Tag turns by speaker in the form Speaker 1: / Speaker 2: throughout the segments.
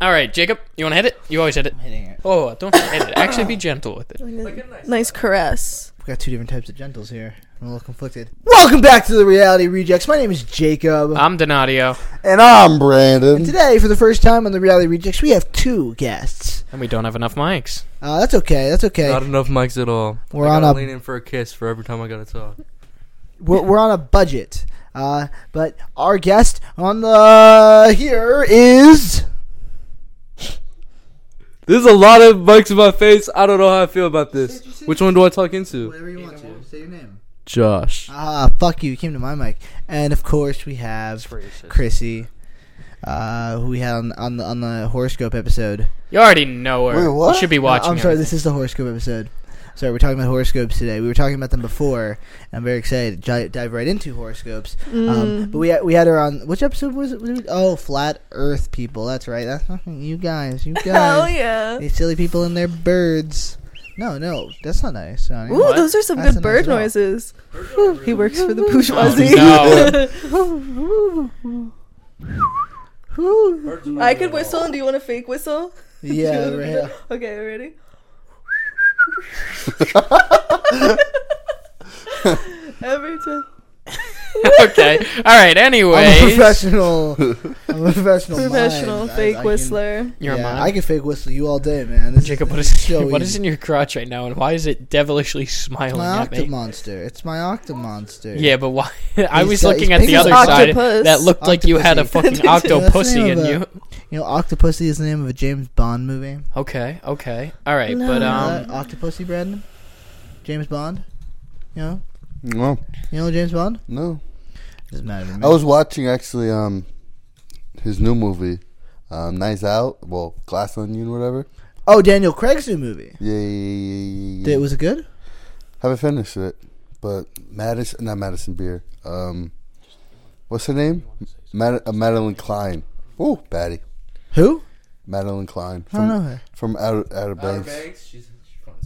Speaker 1: All right, Jacob, you want to hit it? You always hit it.
Speaker 2: Hitting it.
Speaker 1: Oh, don't hit it. Actually, be gentle with it.
Speaker 3: nice, caress.
Speaker 2: We've got two different types of gentles here. I'm a little conflicted. Welcome back to the Reality Rejects. My name is Jacob.
Speaker 4: Ah.
Speaker 1: I'm Donadio,
Speaker 5: And I'm Brandon.
Speaker 2: Today, for the first time on the Reality Rejects, we have two guests.
Speaker 1: and we don't have enough mics.
Speaker 2: Uh, that's okay. That's okay.
Speaker 4: Not enough mics at all.
Speaker 2: We're
Speaker 4: I
Speaker 2: on a-
Speaker 4: gotta lean in for a kiss for every time I gotta talk.
Speaker 2: we're, we're on a budget. Uh, but our guest on the here is
Speaker 4: There's a lot of mics in my face. I don't know how I feel about this. Which one do I talk into?
Speaker 2: you want to say your name.
Speaker 4: Josh.
Speaker 2: Ah, fuck you! You came to my mic, and of course we have Chrissy, uh, who we had on, on the on the horoscope episode.
Speaker 1: You already know her.
Speaker 5: Wait, what?
Speaker 1: You should be
Speaker 2: No,
Speaker 1: watching.
Speaker 2: I'm sorry, this is the horoscope episode. Sorry, we're talking about horoscopes today. We were talking about them before. And I'm very excited to di- dive right into horoscopes.
Speaker 3: Mm.
Speaker 2: Um, but we had, we had her on which episode was it? Was it- Oh, flat Earth people. That's right. That's you guys. You
Speaker 3: Hell
Speaker 2: guys.
Speaker 3: Oh, yeah.
Speaker 2: These silly people and their birds. No, no, that's not nice. Sonny.
Speaker 3: Ooh,
Speaker 1: What?
Speaker 3: those are some
Speaker 2: That's
Speaker 3: good
Speaker 2: a nice
Speaker 3: bird
Speaker 2: roll.
Speaker 3: noises. he works for the bourgeoisie.
Speaker 1: Oh,
Speaker 3: Oh, I could whistle, and do you want a fake whistle?
Speaker 2: Yeah, right.
Speaker 3: Okay, ready? Every time.
Speaker 1: okay. All right.
Speaker 2: I'm a
Speaker 1: Anyway,
Speaker 2: professional. I'm a professional. mind.
Speaker 3: Professional
Speaker 2: I-
Speaker 3: fake
Speaker 2: I can-
Speaker 3: whistler.
Speaker 1: you're
Speaker 2: yeah,
Speaker 1: mine.
Speaker 2: I can fake whistle you all day, man. This
Speaker 1: Jacob,
Speaker 2: thing
Speaker 1: what is
Speaker 2: so
Speaker 1: what is
Speaker 2: easy.
Speaker 1: in your crotch right now, and why is it devilishly smiling
Speaker 2: my
Speaker 1: at me?
Speaker 2: octomonster? It's my octomonster.
Speaker 1: Yeah, but why? I
Speaker 2: He's
Speaker 1: was
Speaker 2: got-
Speaker 1: looking
Speaker 2: he's
Speaker 1: at the
Speaker 2: pink.
Speaker 1: other
Speaker 3: He's
Speaker 1: side
Speaker 3: octopus.
Speaker 1: that looked like you had a
Speaker 2: Octopussy.
Speaker 1: fucking
Speaker 3: That's the name
Speaker 1: octopussy
Speaker 2: of
Speaker 1: in
Speaker 2: the-
Speaker 1: you.
Speaker 2: You know, Octopussy is the name of a James Bond movie.
Speaker 1: Okay, okay, all right,
Speaker 3: No.
Speaker 1: but
Speaker 2: Um,
Speaker 1: um,
Speaker 2: Octopussy, Brandon? James Bond? You know?
Speaker 5: No,
Speaker 2: You know James Bond?
Speaker 5: no.
Speaker 2: Doesn't matter to me.
Speaker 5: I was watching actually um his new movie, um, Nice Out. Well, Glass Onion, whatever.
Speaker 2: oh, Daniel Craig's new movie.
Speaker 5: Yeah, yeah, yeah, yeah, yeah,
Speaker 2: Did,
Speaker 5: yeah.
Speaker 2: was it good?
Speaker 5: Haven't finished it, but Madison, not Madison Beer. Um, what's her name? Mad- uh, Madeline Klein. Oh, baddie.
Speaker 2: Who?
Speaker 5: Madeline Klein
Speaker 2: I don't know
Speaker 5: from
Speaker 2: her.
Speaker 5: from Outer, Outer Banks.
Speaker 4: She's,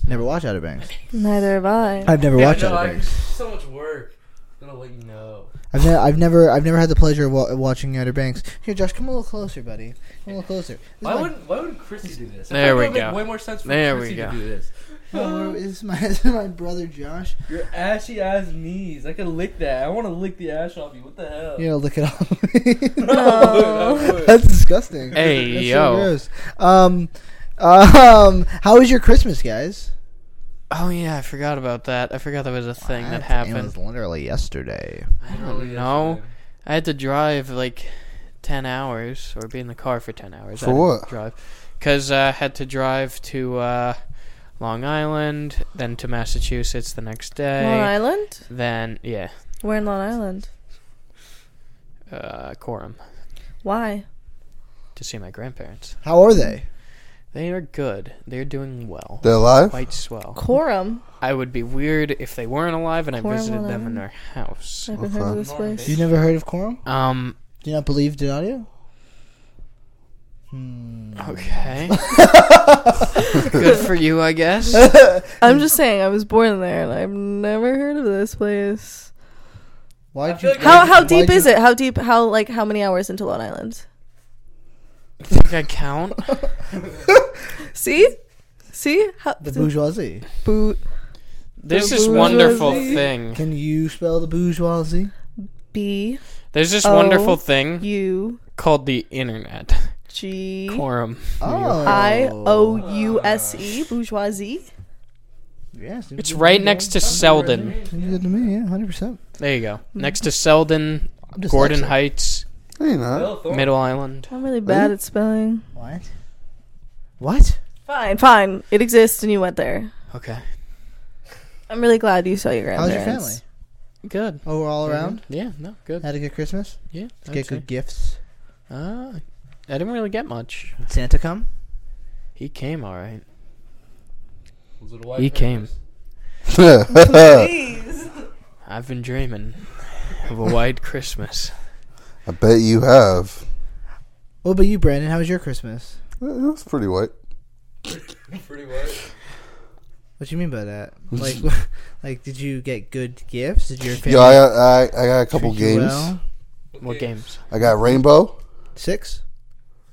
Speaker 2: Never watched Outer Banks.
Speaker 3: Neither have I.
Speaker 2: I've never watched Outer Banks.
Speaker 4: so much work. I'm gonna let you know.
Speaker 2: I've, ne- I've never, I've never had the pleasure of wa- watching Outer Banks. Here, Josh, come a little closer, buddy. Come a little closer. This is
Speaker 4: Why
Speaker 2: my-
Speaker 4: would Why would Chrissy do this? I
Speaker 1: There
Speaker 4: feel like
Speaker 1: we
Speaker 4: it would
Speaker 1: go.
Speaker 4: Make way more sense for
Speaker 1: There we
Speaker 4: Chrissy
Speaker 1: go.
Speaker 4: to do this.
Speaker 2: Oh, this is my, this is my brother Josh.
Speaker 4: Your ashy ass knees. I could lick that. I want to lick the ash off you. What the hell?
Speaker 2: You know, look it up.
Speaker 3: No.
Speaker 2: That's disgusting.
Speaker 1: Hey,
Speaker 2: That's so
Speaker 1: yo.
Speaker 2: gross. Um, um, how was your Christmas, guys?
Speaker 1: oh yeah, I forgot about that. I forgot that was a thing that
Speaker 2: It
Speaker 1: happened.
Speaker 2: was literally yesterday.
Speaker 1: I don't know. I had to drive like ten hours, or be in the car for ten hours. I
Speaker 5: For
Speaker 1: had to
Speaker 5: what?
Speaker 1: Drive, because I had to drive to uh, Long Island, then to Massachusetts the next day.
Speaker 3: Long Island?
Speaker 1: Then yeah,
Speaker 3: We're in Long Island.
Speaker 1: uh, Coram
Speaker 3: Why?
Speaker 1: to see my grandparents.
Speaker 2: How are they?
Speaker 1: They are good. They're doing well.
Speaker 5: They're alive.
Speaker 1: Quite swell.
Speaker 3: Quorum.
Speaker 1: I would be weird if they weren't alive and I
Speaker 3: Coram,
Speaker 1: visited
Speaker 3: Long
Speaker 1: them in
Speaker 3: Island.
Speaker 1: their house.
Speaker 3: I haven't heard of this
Speaker 4: Norman
Speaker 3: place.
Speaker 2: You never heard of Quorum?
Speaker 1: Um.
Speaker 2: Do you not believe Donadio? Hmm.
Speaker 5: Mm.
Speaker 1: Okay. Good for you, I guess.
Speaker 3: I'm just saying, I was born there, and I've never heard of this place.
Speaker 2: Why
Speaker 4: I
Speaker 2: did
Speaker 4: feel
Speaker 2: you?
Speaker 4: like-
Speaker 3: How how deep is it? How deep? How like how many hours into Long Island?
Speaker 1: Think I count?
Speaker 3: See, see how
Speaker 2: The bourgeoisie.
Speaker 3: boot
Speaker 1: There's
Speaker 3: The
Speaker 1: this wonderful
Speaker 3: bourgeoisie.
Speaker 1: thing.
Speaker 2: Can you spell the bourgeoisie?
Speaker 3: B
Speaker 1: There's this
Speaker 3: Oh.
Speaker 1: wonderful thing
Speaker 3: U
Speaker 1: called the internet.
Speaker 3: G
Speaker 1: Quorum.
Speaker 2: Oh,
Speaker 3: I O U S E bourgeoisie.
Speaker 2: Yes,
Speaker 1: It's right next to Selden.
Speaker 2: You did to me, yeah, hundred percent.
Speaker 1: There you go.
Speaker 2: Mm-hmm.
Speaker 1: Next to Selden, Gordon Heights,
Speaker 5: Hey, not.
Speaker 2: Oh.
Speaker 1: Middle Island.
Speaker 3: I'm really bad at spelling.
Speaker 2: What? What?
Speaker 3: Fine, fine. It exists, and you went there.
Speaker 1: Okay.
Speaker 3: I'm really glad you saw your
Speaker 2: How's
Speaker 3: grandparents.
Speaker 2: your family?
Speaker 1: Good.
Speaker 2: Oh, we're all around.
Speaker 1: Yeah, no, good.
Speaker 2: Had a good Christmas.
Speaker 1: Yeah. I'd
Speaker 2: Did you get
Speaker 1: say.
Speaker 2: good gifts.
Speaker 1: Ah, I didn't really get much.
Speaker 2: Did Santa come?
Speaker 1: He came all right. He came.
Speaker 3: Please.
Speaker 1: I've been dreaming of a white Christmas.
Speaker 5: I bet you have.
Speaker 2: What about you, Brandon? How was your Christmas?
Speaker 5: It was pretty white.
Speaker 4: Pretty much.
Speaker 2: What do you mean by that? Like, like, did you get good gifts? Did your family?
Speaker 5: Yeah, I got, I, I got a couple
Speaker 2: treat you
Speaker 5: games.
Speaker 2: well?
Speaker 1: What games?
Speaker 5: I got Rainbow.
Speaker 2: Six.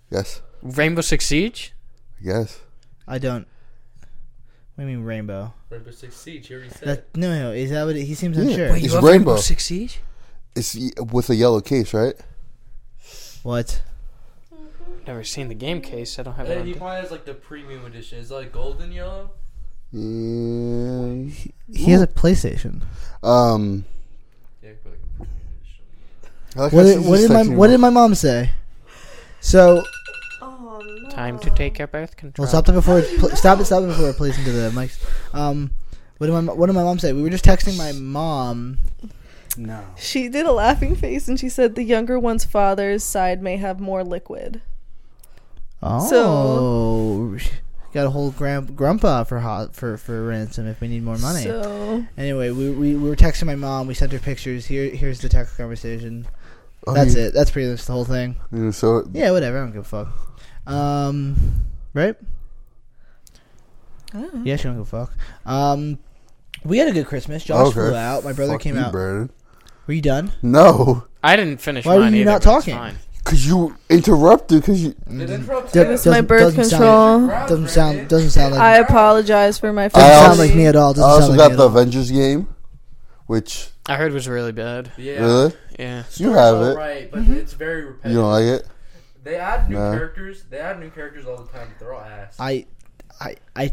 Speaker 5: Yes.
Speaker 1: Rainbow Six Siege?
Speaker 5: I guess.
Speaker 2: I don't. What do you mean rainbow?
Speaker 4: Rainbow Six Siege. You already said.
Speaker 2: That, no, no, is that what it- he seems
Speaker 5: Yeah.
Speaker 2: unsure?
Speaker 5: Wait, It's love Rainbow Rainbow.
Speaker 1: Six Siege?
Speaker 5: It's y- with a yellow case, right?
Speaker 2: What?
Speaker 1: Never seen the game case. I don't have it. on
Speaker 4: he
Speaker 1: d-
Speaker 4: probably has like the premium edition. It's like golden yellow.
Speaker 5: Yeah.
Speaker 2: He has a PlayStation.
Speaker 5: Um.
Speaker 4: Yeah, like a premium edition.
Speaker 5: I like
Speaker 2: What
Speaker 5: how
Speaker 2: did,
Speaker 5: she's
Speaker 2: what
Speaker 5: just
Speaker 2: did my
Speaker 5: texting
Speaker 2: What
Speaker 5: me.
Speaker 2: did my mom say? So
Speaker 3: Oh no.
Speaker 1: Time to take our birth control.
Speaker 2: well, stop that before it, pl- stop it stop it before it plays into the mics. Um, what did my mo- What did my mom say? We were just texting my mom.
Speaker 5: No.
Speaker 3: She did a laughing face and she said the younger one's father's side may have more liquid.
Speaker 2: Oh,
Speaker 3: So-
Speaker 2: she Oh, got a whole grand grandpa for hot for for ransom if we need more money.
Speaker 3: So
Speaker 2: Anyway, we, we we were texting my mom. We sent her pictures. Here here's the text conversation.
Speaker 5: Oh,
Speaker 2: That's
Speaker 5: you-
Speaker 2: it. That's pretty much the whole thing.
Speaker 5: you know, so
Speaker 2: Yeah, whatever. I don't give a fuck. Um, right?
Speaker 3: I don't know.
Speaker 2: Yeah, she don't give a fuck. Um, we had a good Christmas. Josh
Speaker 5: Okay.
Speaker 2: flew out. My brother
Speaker 5: Fuck
Speaker 2: came
Speaker 5: you,
Speaker 2: out.
Speaker 5: Brandon.
Speaker 2: Were you done?
Speaker 5: No,
Speaker 1: I didn't finish
Speaker 2: Why were
Speaker 1: mine
Speaker 2: you
Speaker 1: either,
Speaker 2: not
Speaker 1: but it's
Speaker 2: talking?
Speaker 1: fine.
Speaker 5: because you interrupted. Because you.
Speaker 4: It interrupts
Speaker 2: That
Speaker 3: It was
Speaker 2: doesn't-
Speaker 3: my birth
Speaker 2: doesn't
Speaker 3: control.
Speaker 2: Sound, doesn't sound doesn't sound like
Speaker 3: I apologize for my
Speaker 2: doesn't
Speaker 5: I
Speaker 2: sound
Speaker 5: also-
Speaker 2: like me at all.
Speaker 5: I
Speaker 2: Doesn't
Speaker 5: also
Speaker 2: sound like
Speaker 5: got
Speaker 2: me
Speaker 5: the
Speaker 2: at all.
Speaker 5: Avengers game, which
Speaker 1: I heard it was really bad.
Speaker 4: Yeah.
Speaker 5: really
Speaker 1: Yeah.
Speaker 5: you have it.
Speaker 4: Right, but
Speaker 2: Mm-hmm.
Speaker 4: it's very repetitive.
Speaker 5: You don't like it.
Speaker 4: They add new
Speaker 5: Nah.
Speaker 4: characters. They add new characters all the time, but they're all ass.
Speaker 2: I, I, I,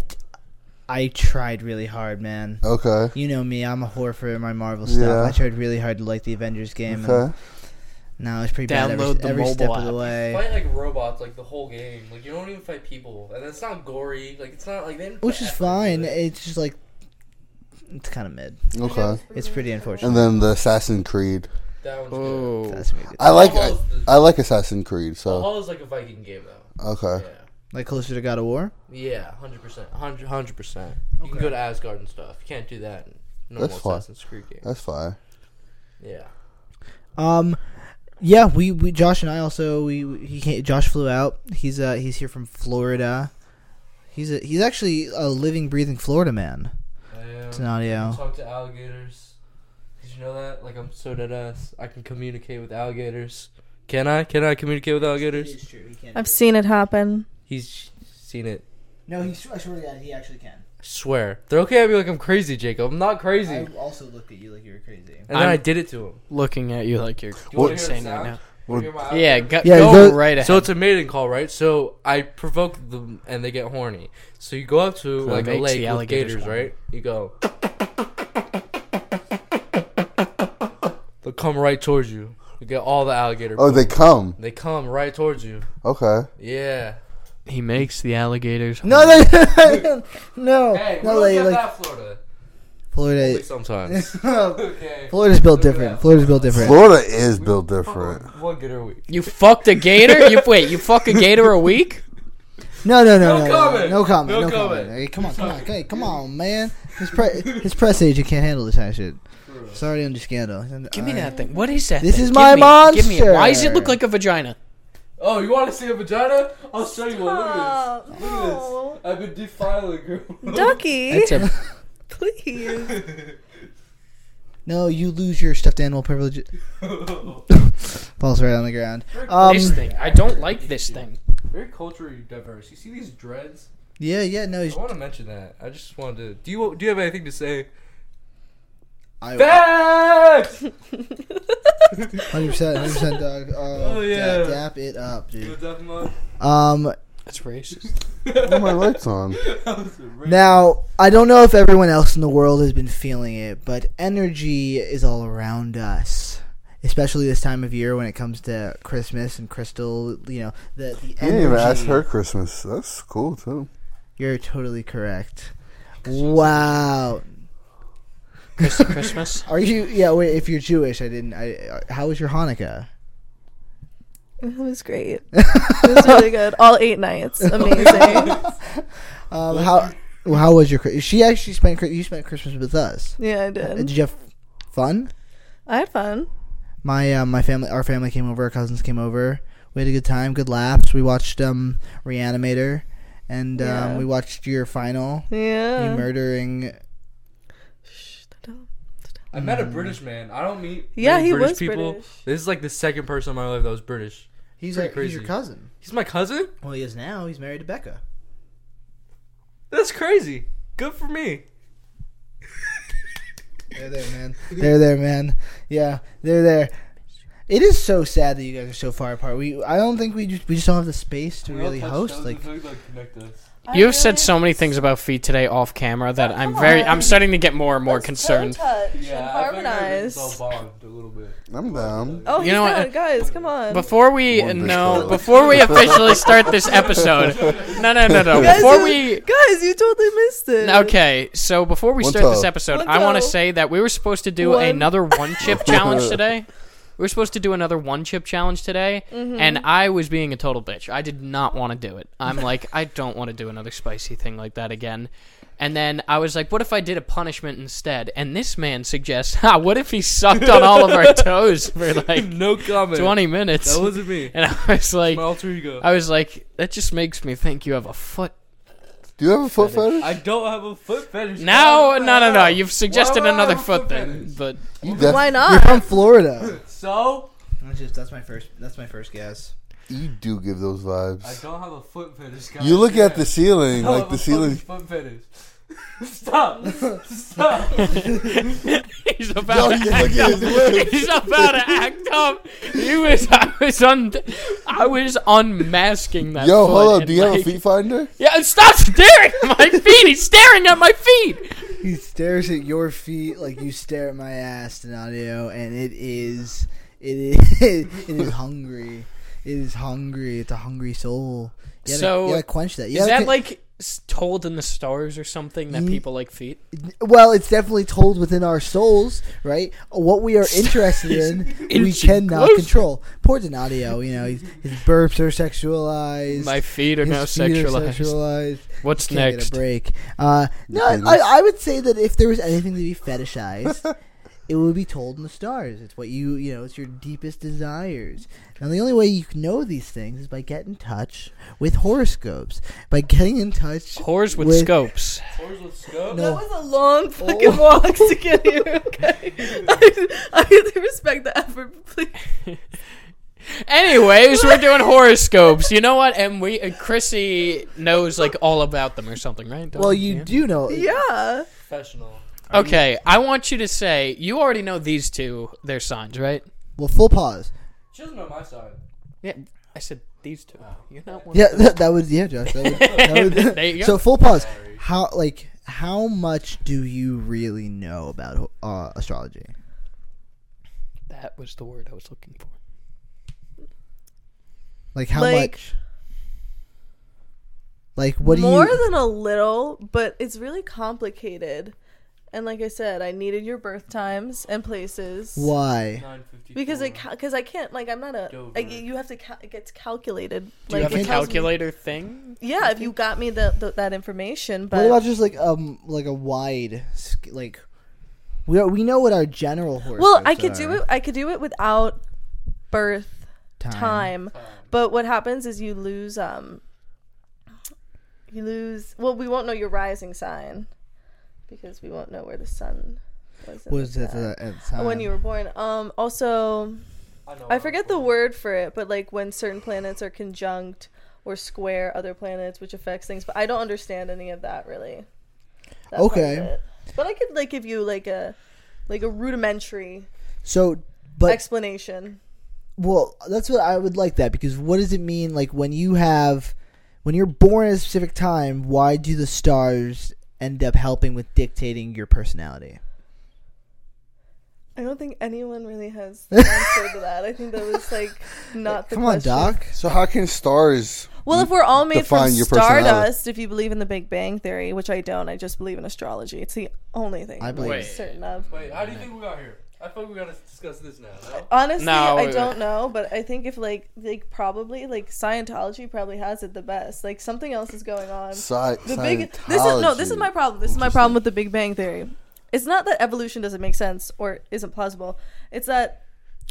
Speaker 2: I tried really hard, man.
Speaker 5: Okay.
Speaker 2: You know me. I'm a whore for my Marvel stuff.
Speaker 5: Yeah.
Speaker 2: I tried really hard to like the Avengers game. and
Speaker 5: Okay.
Speaker 2: No, it's pretty bad every,
Speaker 1: Download the
Speaker 2: every step
Speaker 1: mobile
Speaker 2: of the
Speaker 1: app.
Speaker 2: way.
Speaker 4: fight like robots like the whole game. Like you don't even fight people, and it's not gory. Like it's not like they. Didn't put
Speaker 2: Which is
Speaker 4: effort
Speaker 2: fine.
Speaker 4: into it.
Speaker 2: It's just like it's kind of mid.
Speaker 5: Okay.
Speaker 2: It's pretty unfortunate.
Speaker 5: And then the Assassin's Creed.
Speaker 4: That one's good.
Speaker 1: Oh.
Speaker 2: That's really good.
Speaker 5: I like I,
Speaker 4: Almost the-
Speaker 5: I like Assassin's Creed. So
Speaker 4: Valhalla is like a Viking game though.
Speaker 5: okay.
Speaker 2: Like closer to God of War.
Speaker 4: Yeah, yeah, hundred percent, hundred percent. You can
Speaker 2: Okay.
Speaker 4: go to Asgard and stuff. You can't do that in normal
Speaker 5: That's fine.
Speaker 4: Assassin's Creed game.
Speaker 5: That's fine.
Speaker 4: Yeah.
Speaker 2: Um, yeah, we, we Josh and I also we, we he came, Josh flew out. He's uh he's here from Florida. He's a, he's actually a living, breathing Florida man. It's an
Speaker 4: I
Speaker 2: audio.
Speaker 4: talk to alligators. Did you know that? Like I'm so dead ass. I can communicate with alligators. Can I? Can I communicate with alligators?
Speaker 3: I've seen it happen.
Speaker 4: He's seen it.
Speaker 2: No, he I swear to God, he actually can.
Speaker 4: I swear. They're okay at me like I'm crazy, Jacob. I'm not crazy. And
Speaker 2: also looked at you like you were crazy.
Speaker 4: then
Speaker 1: I'm-
Speaker 4: I did it to him.
Speaker 1: Looking at you like you're
Speaker 4: You wanna hear the
Speaker 1: insane right
Speaker 4: sound?
Speaker 1: now.
Speaker 4: Wanna hear my
Speaker 1: Yeah,
Speaker 4: alligator?
Speaker 1: go,
Speaker 2: Yeah,
Speaker 1: go
Speaker 2: go-
Speaker 1: right ahead.
Speaker 4: So it's a mating call, right? So I provoke them and they get horny. So you go up to
Speaker 1: That
Speaker 4: like a
Speaker 1: makes the
Speaker 4: lake with
Speaker 1: alligators
Speaker 4: gators,
Speaker 1: horny.
Speaker 4: right? You go. They'll come right towards you. You get all the alligator.
Speaker 5: Oh, they come.
Speaker 4: They come right towards you.
Speaker 5: Okay.
Speaker 4: Yeah.
Speaker 1: he makes the alligators.
Speaker 2: No,
Speaker 1: hungry.
Speaker 2: no,
Speaker 4: Oh,
Speaker 2: no, no, like, like
Speaker 4: that Florida.
Speaker 2: Florida.
Speaker 4: sometimes. okay.
Speaker 2: Florida's built
Speaker 4: Look at
Speaker 2: different.
Speaker 4: that.
Speaker 2: Florida's built different.
Speaker 5: Florida is built different.
Speaker 4: What good are we?
Speaker 1: You fucked a gator? You wait, you fuck a gator a week?
Speaker 2: No, no, no,
Speaker 4: No
Speaker 2: no, no,
Speaker 4: comment.
Speaker 2: no comment,
Speaker 4: No
Speaker 2: no comment.
Speaker 4: comment.
Speaker 2: Hey, come on, come on, hey, come on, man. His, pre- his press agent can't handle this kind of shit. Sorry, under scandal.
Speaker 1: Give me that thing. What is that?
Speaker 2: This
Speaker 1: thing?
Speaker 2: is
Speaker 1: Give
Speaker 2: my
Speaker 1: me, Give me it. Why does it
Speaker 2: monster.
Speaker 1: look like a vagina?
Speaker 4: Oh, you want to see a vagina? I'll show you one. Look at
Speaker 3: Stop.
Speaker 4: this. Look
Speaker 3: No.
Speaker 4: at this. I've been defiling her.
Speaker 3: Oh. Ducky,
Speaker 1: That's a
Speaker 3: please.
Speaker 2: No, you lose your stuffed animal privilege. Falls right on the ground.
Speaker 3: Uh,
Speaker 2: Um,
Speaker 1: this thing. I don't like this thing.
Speaker 4: Very culturally diverse. You see these dreads?
Speaker 2: yeah, yeah, no.
Speaker 4: I want to mention that. I just wanted to. Do you do you have anything to say?
Speaker 2: Hundred
Speaker 4: Facts.
Speaker 2: percent, hundred percent, dog. Oh,
Speaker 4: Oh,
Speaker 2: yeah.
Speaker 4: yeah.
Speaker 2: Dap, it up,
Speaker 4: You
Speaker 2: dude.
Speaker 4: deaf mode?
Speaker 2: Um,
Speaker 1: That's racist.
Speaker 5: Why are my lights on?
Speaker 4: That was a rip.
Speaker 2: now I don't know if everyone else in the world has been feeling it, but energy is all around us. Especially this time of year when it comes to Christmas and Crystal, you know the the
Speaker 5: You didn't even ask
Speaker 2: energy.
Speaker 5: her Christmas. That's cool too.
Speaker 2: You're totally correct. Wow,
Speaker 1: Christ- Christmas.
Speaker 2: are you? Yeah, wait. If you're Jewish, I didn't. I. How was your Hanukkah?
Speaker 3: It was great. It was really good. All eight nights. Amazing.
Speaker 2: Um, how well, how was your? Chri- She actually spent Chri- you spent Christmas with us.
Speaker 3: Yeah, I
Speaker 2: Uh,
Speaker 3: did.
Speaker 2: Did you have fun?
Speaker 3: I had fun.
Speaker 2: My uh, my family, our family came over. Our cousins came over. We had a good time, good laughs. We watched um Reanimator, and um,
Speaker 3: Yeah.
Speaker 2: we watched your final.
Speaker 3: Yeah.
Speaker 2: You murdering.
Speaker 3: Shh, don't-
Speaker 4: I met a British man. I don't meet
Speaker 3: Yeah,
Speaker 4: many
Speaker 3: he
Speaker 4: British
Speaker 3: was
Speaker 4: people.
Speaker 3: British.
Speaker 4: This is like the second person in my life that was British.
Speaker 2: He's
Speaker 4: Pretty
Speaker 2: a- he's
Speaker 4: crazy.
Speaker 2: your cousin.
Speaker 4: He's my cousin?
Speaker 2: Well, he is now. He's married to Becca.
Speaker 4: That's crazy. Good for me.
Speaker 2: They're there, man. they're there, man. Yeah, they're there. It is so sad that you guys are so far apart. We I don't think we just we just don't have the space to really host like
Speaker 1: You have said so many things about feet today off camera that I'm
Speaker 3: come
Speaker 1: very
Speaker 3: on.
Speaker 1: I'm starting to get more and more concerned.
Speaker 3: Touch and harmonize.
Speaker 4: bond a little bit.
Speaker 5: I'm down.
Speaker 3: Oh, he's
Speaker 1: You know what?
Speaker 3: down, guys. Come on.
Speaker 1: Before we
Speaker 5: One big
Speaker 1: no,
Speaker 5: toilet.
Speaker 1: before we officially start this episode, no, no, no, no.
Speaker 3: guys,
Speaker 1: Before
Speaker 3: you-
Speaker 1: we
Speaker 3: guys, you totally missed it.
Speaker 1: okay, so before we
Speaker 5: One
Speaker 1: start this
Speaker 5: toe.
Speaker 1: episode,
Speaker 3: One
Speaker 1: I want to
Speaker 3: toe.
Speaker 1: say that we were supposed to do
Speaker 3: One-
Speaker 1: another one chip challenge today. We were supposed to do another one chip challenge today,
Speaker 3: Mm-hmm. Hmm.
Speaker 1: and I was being a total bitch. I did not want to do it. I'm like, I don't want to do another spicy thing like that again. And then I was like, what if I did a punishment instead? And this man suggests, ha, what if he sucked on all of our toes for like
Speaker 4: no comment.
Speaker 1: 20 minutes?
Speaker 4: That wasn't me.
Speaker 1: And I was like,
Speaker 4: My alter ego.
Speaker 1: I was like, that just makes me think you have a foot.
Speaker 5: Do you have a foot fetish?
Speaker 4: I don't have a foot fetish.
Speaker 1: Now,
Speaker 4: Why would
Speaker 1: no,
Speaker 4: I
Speaker 1: no, no.
Speaker 4: have-
Speaker 1: You've suggested
Speaker 4: would I
Speaker 1: another
Speaker 4: have a
Speaker 1: foot
Speaker 4: foot
Speaker 1: thing,
Speaker 4: fetish?
Speaker 1: but
Speaker 5: you def-
Speaker 3: Why
Speaker 2: you're
Speaker 3: not?
Speaker 2: from Florida.
Speaker 4: So
Speaker 2: that's, just, that's my first. That's my first guess.
Speaker 5: You do give those
Speaker 4: I
Speaker 5: vibes.
Speaker 4: don't have a foot fetish. Guys.
Speaker 5: You look at
Speaker 4: Yeah.
Speaker 5: the ceiling,
Speaker 4: I don't
Speaker 5: like
Speaker 4: have
Speaker 5: the
Speaker 4: a
Speaker 5: ceiling.
Speaker 4: fucking Foot fetish. Stop! Stop!
Speaker 1: he's about to
Speaker 5: you look
Speaker 1: act
Speaker 5: at
Speaker 1: up.
Speaker 5: his lips.
Speaker 1: He's about to act up. He was, I was un, I was unmasking that.
Speaker 5: Yo,
Speaker 1: foot
Speaker 5: hold up.
Speaker 1: and,
Speaker 5: Do you have a
Speaker 1: like-
Speaker 5: feet finder?
Speaker 1: Yeah, stop staring at my feet. He's staring at my feet.
Speaker 2: He stares at your feet like you stare at my ass, Denadio, and it is it is it is hungry. It is hungry. It's a hungry soul. You gotta,
Speaker 1: So,
Speaker 2: you gotta quench that. You
Speaker 1: Is
Speaker 2: gotta
Speaker 1: that
Speaker 2: con-
Speaker 1: like s- told in the stars or something that
Speaker 2: Ye-
Speaker 1: people like feet?
Speaker 2: well, it's definitely told within our souls, right? What we are interested in, we
Speaker 1: inching
Speaker 2: cannot
Speaker 1: closer.
Speaker 2: control. Poor Denadio, you know, he's, his burps are sexualized.
Speaker 1: My feet are
Speaker 2: his
Speaker 1: now
Speaker 2: feet are
Speaker 1: sexualized.
Speaker 2: sexualized.
Speaker 1: What's
Speaker 2: Can't
Speaker 1: next?
Speaker 2: Get a break. Uh, no,
Speaker 5: Penis.
Speaker 2: I, I would say that if there was anything to be fetishized, it would be told in the stars. It's what you you know. It's your deepest desires. Now the only way you can know these things is by getting in touch with horoscopes. By getting in touch.
Speaker 1: Whores with,
Speaker 2: With-
Speaker 1: scopes.
Speaker 4: Where's the scope?
Speaker 2: No.
Speaker 3: That was a long fucking walk to get here. Okay, I, I really respect the effort, but please.
Speaker 1: Anyways, we're doing horoscopes. You know what? And we uh, Chrissy knows like all about them or something, right? Don't-
Speaker 2: Well, you
Speaker 1: yeah?
Speaker 2: do know.
Speaker 3: Yeah.
Speaker 4: Professional.
Speaker 1: Okay, I want you to say you already know these two their signs, right?
Speaker 2: Well, full pause.
Speaker 4: She doesn't know my side.
Speaker 1: Yeah, I said these two. You're not one.
Speaker 2: Yeah, that, that was yeah, Josh. That would, that would,
Speaker 1: Oh. there you go.
Speaker 2: So full pause. How like how much do you really know about uh, astrology?
Speaker 1: that was the word I was looking for.
Speaker 2: Like how
Speaker 3: Like-
Speaker 2: much? Like what do
Speaker 3: More
Speaker 2: you?
Speaker 3: than a little, but it's really complicated. And like I said, I needed your birth times and places.
Speaker 2: Why?
Speaker 4: 950.
Speaker 3: Because it because I can't like I'm not a
Speaker 4: Dover.
Speaker 3: I, you have to cal- it gets calculated.
Speaker 1: Do you
Speaker 3: like,
Speaker 1: have a
Speaker 3: it tells me-
Speaker 1: calculator thing?
Speaker 3: yeah, if you got me the, the that information, but
Speaker 2: What about just like um like a wide sc- like we are, we know what our general horse.
Speaker 3: well, I could do it. I could do it without birth time, but what happens is you lose um you lose. Well, we won't know your rising sign because we won't know where the sun was. in the
Speaker 2: Was at
Speaker 3: sky.
Speaker 2: the at uh, time
Speaker 3: when you were born. Um, also,
Speaker 4: know
Speaker 3: I forget the word for it, but like when certain planets are conjunct or square other planets, which affects things. But I don't understand any of that really. That part of
Speaker 2: Okay.
Speaker 3: it. But I could like give you like a like a rudimentary
Speaker 2: So, but
Speaker 3: explanation.
Speaker 2: well, that's what I would like that because what does it mean? Like when you have when you're born at a specific time, why do the stars end up helping with dictating your personality?
Speaker 3: I don't think anyone really has the answer to that. I think that was like not the
Speaker 2: Come on,
Speaker 3: question.
Speaker 2: Doc.
Speaker 5: So how can stars?
Speaker 3: Well, if we're all made from
Speaker 5: Define your personality.
Speaker 3: stardust, if you believe in the Big Bang theory, which I don't, I just believe in astrology. It's the only thing
Speaker 2: I
Speaker 3: I'm
Speaker 2: believe
Speaker 3: like,
Speaker 1: it.
Speaker 3: certain of.
Speaker 4: Wait, how do you think we got here? I feel like we gotta discuss this now. No?
Speaker 3: Honestly,
Speaker 1: No,
Speaker 3: I
Speaker 1: wait, wait.
Speaker 3: don't know, but I think if like like probably like Scientology probably has it the best. Like something else is going on.
Speaker 5: Sci-
Speaker 3: The big this is no, this is
Speaker 5: Scientology.
Speaker 3: my problem. This is my problem with the Big Bang theory. It's not that evolution doesn't make sense or isn't plausible. It's that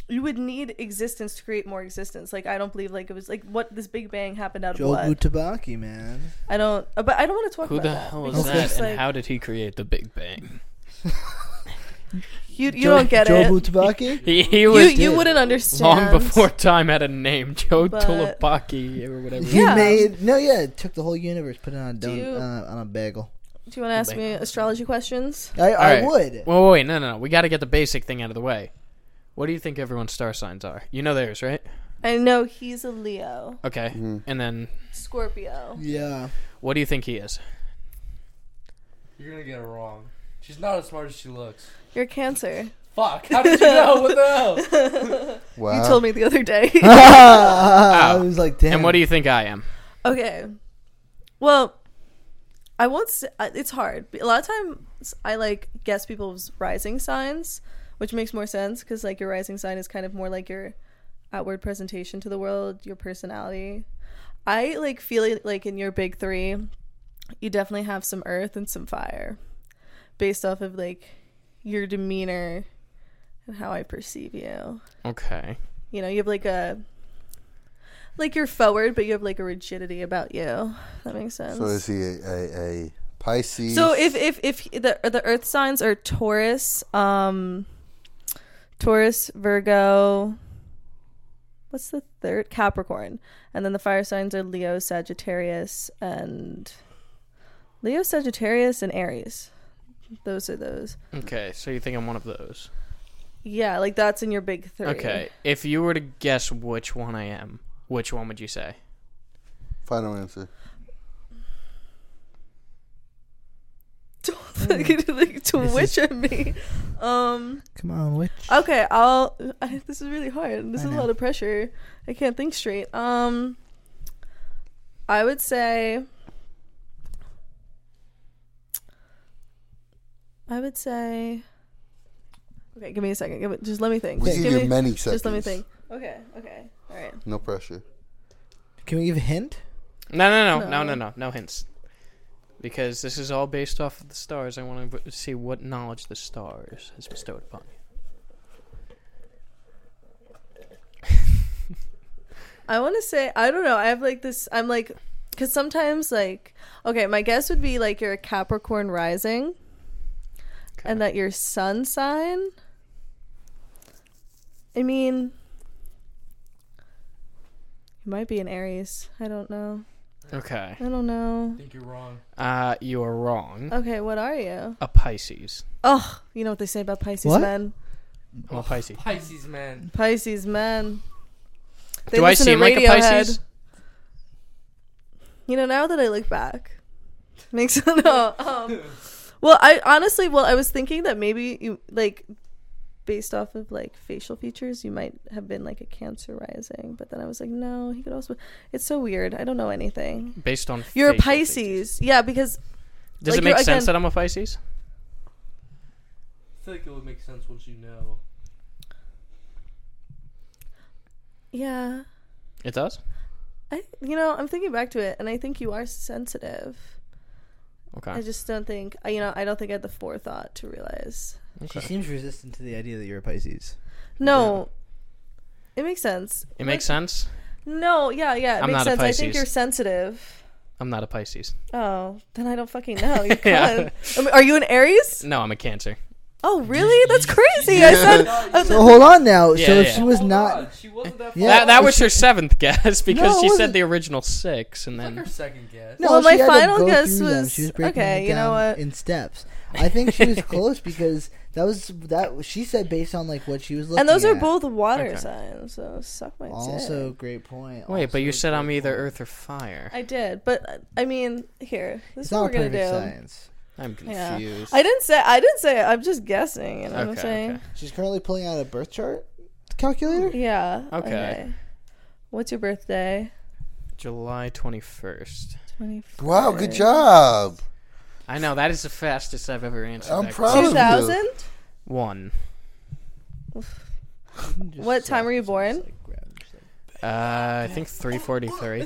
Speaker 3: you would need existence to create more existence. Like I don't believe like it was like what this Big Bang happened out of
Speaker 2: Joe
Speaker 3: blood.
Speaker 2: Butabaki, man.
Speaker 3: I don't, uh, but I don't want to talk
Speaker 1: Who
Speaker 3: about
Speaker 1: the
Speaker 3: that
Speaker 1: hell
Speaker 3: because
Speaker 1: is
Speaker 2: Okay.
Speaker 3: it's
Speaker 1: that?
Speaker 3: just
Speaker 1: And
Speaker 3: like-
Speaker 1: how did he create the Big Bang?
Speaker 3: You you don't get
Speaker 2: Joe
Speaker 3: it.
Speaker 2: Butabaki?
Speaker 1: He, he
Speaker 3: You
Speaker 1: was
Speaker 3: you
Speaker 2: dead
Speaker 3: wouldn't
Speaker 1: long
Speaker 3: understand.
Speaker 1: before time had a name, Joe
Speaker 3: But-
Speaker 1: Tulipaki or whatever.
Speaker 2: He
Speaker 3: Yeah.
Speaker 2: made no, yeah, it took the whole universe, put it on a
Speaker 3: Do
Speaker 2: don-
Speaker 3: you-
Speaker 2: uh, on a bagel.
Speaker 3: Do you want to ask me astrology questions?
Speaker 2: I,
Speaker 1: All
Speaker 2: I
Speaker 1: right.
Speaker 2: would.
Speaker 1: Well, wait, wait, no, no, no. We got to get the basic thing out of the way. What do you think everyone's star signs are? You know theirs, right?
Speaker 3: I know he's a Leo,
Speaker 1: Okay. And then,
Speaker 3: Scorpio.
Speaker 2: yeah,
Speaker 1: what do you think he is?
Speaker 4: You're gonna get it wrong. She's not as smart as she looks.
Speaker 3: You're Cancer.
Speaker 4: Fuck. How did you know? What the hell?
Speaker 5: Wow.
Speaker 2: Uh,
Speaker 3: You
Speaker 5: Mm-hmm.
Speaker 3: told me the other day.
Speaker 2: I was like, damn.
Speaker 1: And what do you think I am?
Speaker 3: okay. Well, I won't. Say, it's hard. A lot of times, I like guess people's rising signs, which makes more sense because like your rising sign is kind of more like your outward presentation to the world, your personality. I like feel it, like in your big three, you definitely have some earth and some fire, based off of like your demeanor and how I perceive you
Speaker 1: Okay.
Speaker 3: you know you have like a like you're forward but you have like a rigidity about you that makes sense
Speaker 5: So
Speaker 3: so,
Speaker 5: is he a, a, a Pisces?
Speaker 3: if if if the the earth signs are taurus um taurus virgo what's the third capricorn and then the fire signs are leo sagittarius and leo sagittarius and aries those are those
Speaker 1: Okay, so you think I'm one of those.
Speaker 3: yeah like that's in your big three
Speaker 1: Okay. If you were to guess which one I am, which one would you say?
Speaker 5: final answer.
Speaker 3: don't fucking like twitch at me um
Speaker 2: Come on, witch.
Speaker 3: Okay, I'll. I, this is really hard. This
Speaker 2: I
Speaker 3: is a
Speaker 2: know.
Speaker 3: lot of pressure. I can't think straight. Um, I would say. I would say. Okay, give me a second. Give it. Just let me think.
Speaker 5: We
Speaker 3: Just
Speaker 5: give
Speaker 3: give me.
Speaker 5: you many seconds.
Speaker 3: Just let me think. Okay. Okay. All right.
Speaker 5: No pressure.
Speaker 2: Can we give a hint?
Speaker 1: No, no, no, no,
Speaker 3: No.
Speaker 1: no, no, no hints. Because this is all based off of the stars. I want to see what knowledge the stars has bestowed upon you.
Speaker 3: I want to say I don't know. I have like this. I'm like, because sometimes like okay, my guess would be like you're a Capricorn rising, and that your sun sign. I mean, you might be an Aries. I don't know.
Speaker 1: Okay.
Speaker 3: I don't know.
Speaker 4: I think you're wrong.
Speaker 1: Uh, you are wrong.
Speaker 3: Okay, what are you?
Speaker 1: A Pisces.
Speaker 3: Oh, you know what they say about Pisces
Speaker 2: What?
Speaker 3: men.
Speaker 1: I'm a Pisces.
Speaker 4: Pisces man.
Speaker 3: Pisces men. They
Speaker 1: Do I
Speaker 3: listen to
Speaker 1: seem like a
Speaker 3: Radiohead.
Speaker 1: Pisces?
Speaker 3: You know, now that I look back, makes no. Um, well, I honestly, well, I was thinking that maybe you like, based off of like facial features, you might have been like a Cancer rising. But then I was like, no, he could also. It's so weird. I don't know anything.
Speaker 1: Based on
Speaker 3: You're a
Speaker 1: facial
Speaker 3: Pisces,
Speaker 1: features.
Speaker 3: yeah, because
Speaker 1: Does
Speaker 3: Like,
Speaker 1: it make
Speaker 3: you're-
Speaker 1: sense
Speaker 3: again-
Speaker 1: that I'm a Pisces?
Speaker 4: I feel like it would make sense once you know.
Speaker 3: yeah,
Speaker 1: It does.
Speaker 3: I you know I'm thinking back to it, and I think you are sensitive.
Speaker 1: Okay.
Speaker 3: I just don't think I- you know I don't think I had the forethought to realize.
Speaker 1: Okay.
Speaker 2: She seems resistant to the idea that you're a Pisces.
Speaker 3: No, it makes sense.
Speaker 1: It makes sense.
Speaker 3: No, yeah, yeah, it
Speaker 1: I'm
Speaker 3: makes
Speaker 1: not a
Speaker 3: sense. I think
Speaker 1: Pisces.
Speaker 3: you're sensitive.
Speaker 1: I'm not a Pisces.
Speaker 3: Oh, then I don't fucking know. You
Speaker 1: Yeah.
Speaker 3: could. I mean, are you an Aries?
Speaker 1: No, I'm a Cancer.
Speaker 3: Oh, really? That's crazy. I said I
Speaker 2: So hold on now.
Speaker 1: Yeah,
Speaker 2: so if
Speaker 1: yeah.
Speaker 2: she was
Speaker 4: Hold
Speaker 2: not,
Speaker 4: on, She wasn't that far.
Speaker 2: Yeah.
Speaker 1: that that
Speaker 2: well,
Speaker 1: was her seventh guess because
Speaker 2: No, it
Speaker 1: she
Speaker 2: wasn't.
Speaker 1: said the original six, and
Speaker 4: It's like
Speaker 1: then
Speaker 4: her second guess.
Speaker 2: no,
Speaker 3: Well, my
Speaker 2: she had to
Speaker 3: final
Speaker 2: go
Speaker 3: guess
Speaker 2: through them.
Speaker 3: was-
Speaker 2: she was breaking
Speaker 3: okay,
Speaker 2: it
Speaker 3: you know
Speaker 2: down
Speaker 3: what?
Speaker 2: in steps. I think she was close because that was that she said based on like what she was looking.
Speaker 3: and those are
Speaker 2: at.
Speaker 3: both water
Speaker 1: Okay.
Speaker 3: signs, so suck my
Speaker 2: Also,
Speaker 3: dick.
Speaker 2: great point.
Speaker 1: wait, but you
Speaker 2: Also
Speaker 1: said I'm
Speaker 2: great
Speaker 1: either
Speaker 2: point.
Speaker 1: Earth or Fire.
Speaker 3: I did, but uh, I mean, here,
Speaker 2: It's
Speaker 3: this is what
Speaker 2: not a
Speaker 3: we're gonna
Speaker 2: perfect
Speaker 3: do.
Speaker 2: science.
Speaker 1: I'm
Speaker 3: Yeah.
Speaker 1: confused.
Speaker 3: I didn't say. I didn't say. it. I'm just guessing. You know what I'm
Speaker 1: Okay,
Speaker 3: saying?
Speaker 2: She's currently pulling out a birth chart calculator.
Speaker 3: Yeah.
Speaker 1: Okay.
Speaker 3: What's your birthday?
Speaker 1: July 21st.
Speaker 3: Twenty.
Speaker 5: Wow, good job.
Speaker 1: I know that is the fastest I've ever answered.
Speaker 5: I'm
Speaker 1: that
Speaker 5: proud
Speaker 1: question.
Speaker 5: of
Speaker 3: Two thousand.
Speaker 1: One.
Speaker 3: What time were you born?
Speaker 1: Uh, I think 3:43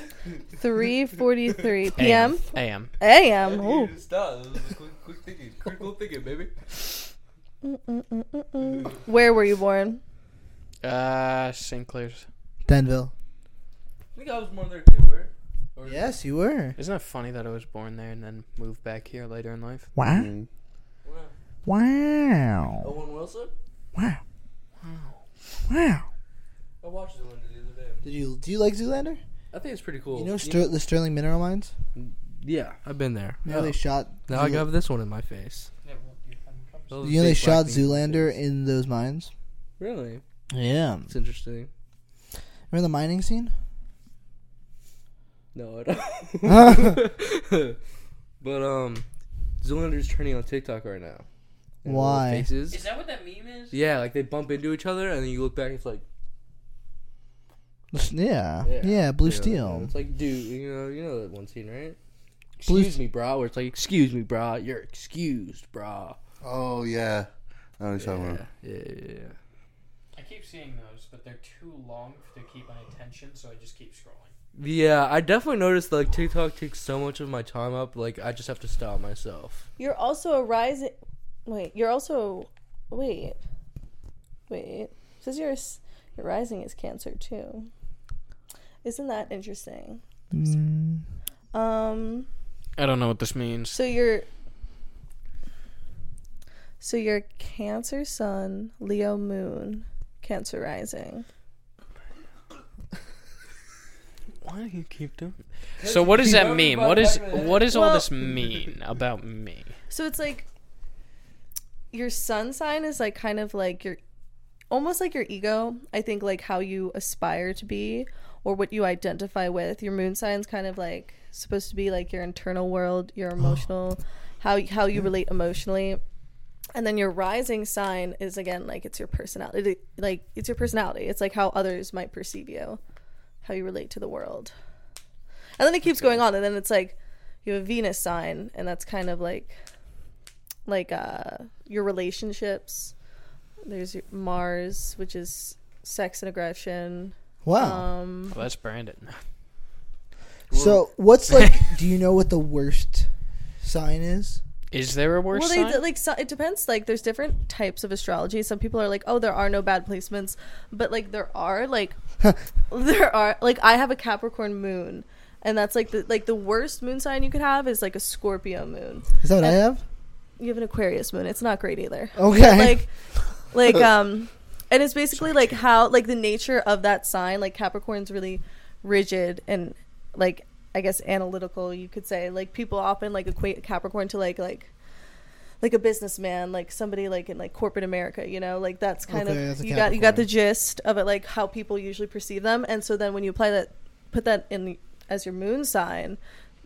Speaker 3: Three forty-three p.m.
Speaker 1: a.m.
Speaker 3: a.m. Ooh.
Speaker 4: Stop. It was a Quick, quick thinking. Critical thinking, baby.
Speaker 3: Where were you born?
Speaker 1: Uh, St. Clair's.
Speaker 2: Denville.
Speaker 4: I think I was more there too, where? Or
Speaker 2: Yes, you were.
Speaker 1: Isn't that funny that I was born there and then moved back here later in life?
Speaker 2: Wow.
Speaker 5: Mhm.
Speaker 4: Wow.
Speaker 2: Wow.
Speaker 4: Owen Wilson?
Speaker 2: Wow. Wow.
Speaker 4: I watched Zoolander the other day.
Speaker 2: Did you do you like Zoolander?
Speaker 4: I think it's pretty cool.
Speaker 2: You know Ster- the Sterling Mineral Mines?
Speaker 4: yeah, I've been there.
Speaker 2: You know they shot.
Speaker 4: Now I have this one in my face. Those
Speaker 2: You know they
Speaker 4: big
Speaker 2: shot
Speaker 4: black beans.
Speaker 2: Zoolander in those mines.
Speaker 4: Really?
Speaker 2: Yeah.
Speaker 4: It's interesting.
Speaker 2: Remember the mining scene?
Speaker 4: No, I don't. but um, Zoolander's trending on TikTok right now. And all the
Speaker 2: Why?
Speaker 4: Faces.
Speaker 1: Is that what that meme is?
Speaker 4: Yeah, like they bump into each other, and then you look back, it's like
Speaker 2: Yeah. Yeah.
Speaker 4: yeah,
Speaker 2: Blue
Speaker 4: you know,
Speaker 2: Steel.
Speaker 4: It's like, dude, you know, you know that one scene, right?
Speaker 2: Blue
Speaker 4: Excuse me, brah. Where it's like, excuse me, brah. You're excused, brah.
Speaker 5: Oh yeah, I know what
Speaker 2: Uh-huh.
Speaker 5: you're talking
Speaker 4: Yeah,
Speaker 5: about.
Speaker 4: yeah, yeah, yeah.
Speaker 1: I keep seeing those, but they're too long to keep my attention, so I just keep scrolling.
Speaker 4: Yeah, I definitely noticed like TikTok takes so much of my time up. Like, I just have to stop myself.
Speaker 3: You're also a rising. Wait, you're also. Wait. Wait. Says your, s- your rising is Cancer too. Isn't that interesting?
Speaker 2: Mm.
Speaker 3: Um.
Speaker 1: I don't know what this means.
Speaker 3: So you're. So you're Cancer Sun, Leo Moon, Cancer Rising.
Speaker 1: Why do you keep doing? So what does that mean? What is what does all
Speaker 3: Well-
Speaker 1: this mean about me?
Speaker 3: So it's like your sun sign is like kind of like your almost like your ego, I think like how you aspire to be or what you identify with. Your moon sign's kind of like supposed to be like your internal world, your emotional how how you relate emotionally. And then your rising sign is again like it's your personality like it's your personality. It's like how others might perceive you, how you relate to the world. And then it keeps going on and then it's like you have a Venus sign and that's kind of like like uh your relationships there's your mars which is sex and aggression
Speaker 4: Uh,
Speaker 2: Wow.
Speaker 3: um
Speaker 1: Well, that's Brandon.
Speaker 2: so what's like? do you know what the worst sign is?
Speaker 1: Is there a worse
Speaker 3: well
Speaker 1: sign?
Speaker 3: they like so, it depends like there's different types of astrology some people are like oh there are no bad placements but like there are like there are like i have a capricorn moon and that's like the like the worst moon sign you could have is like a scorpio moon
Speaker 2: Is that what I
Speaker 3: Uh,
Speaker 2: have?
Speaker 3: you have an aquarius moon it's not great either
Speaker 2: Okay.
Speaker 3: like like um and it's basically like how like the nature of that sign like capricorn's really rigid and like i guess analytical you could say like people often like equate capricorn to like like like a businessman like somebody like in like corporate america you know like that's kind
Speaker 2: Okay,
Speaker 3: of
Speaker 2: that's a
Speaker 3: you got you got the
Speaker 2: Capricorn.
Speaker 3: gist of it like how people usually perceive them and so then when you apply that put that in as your moon sign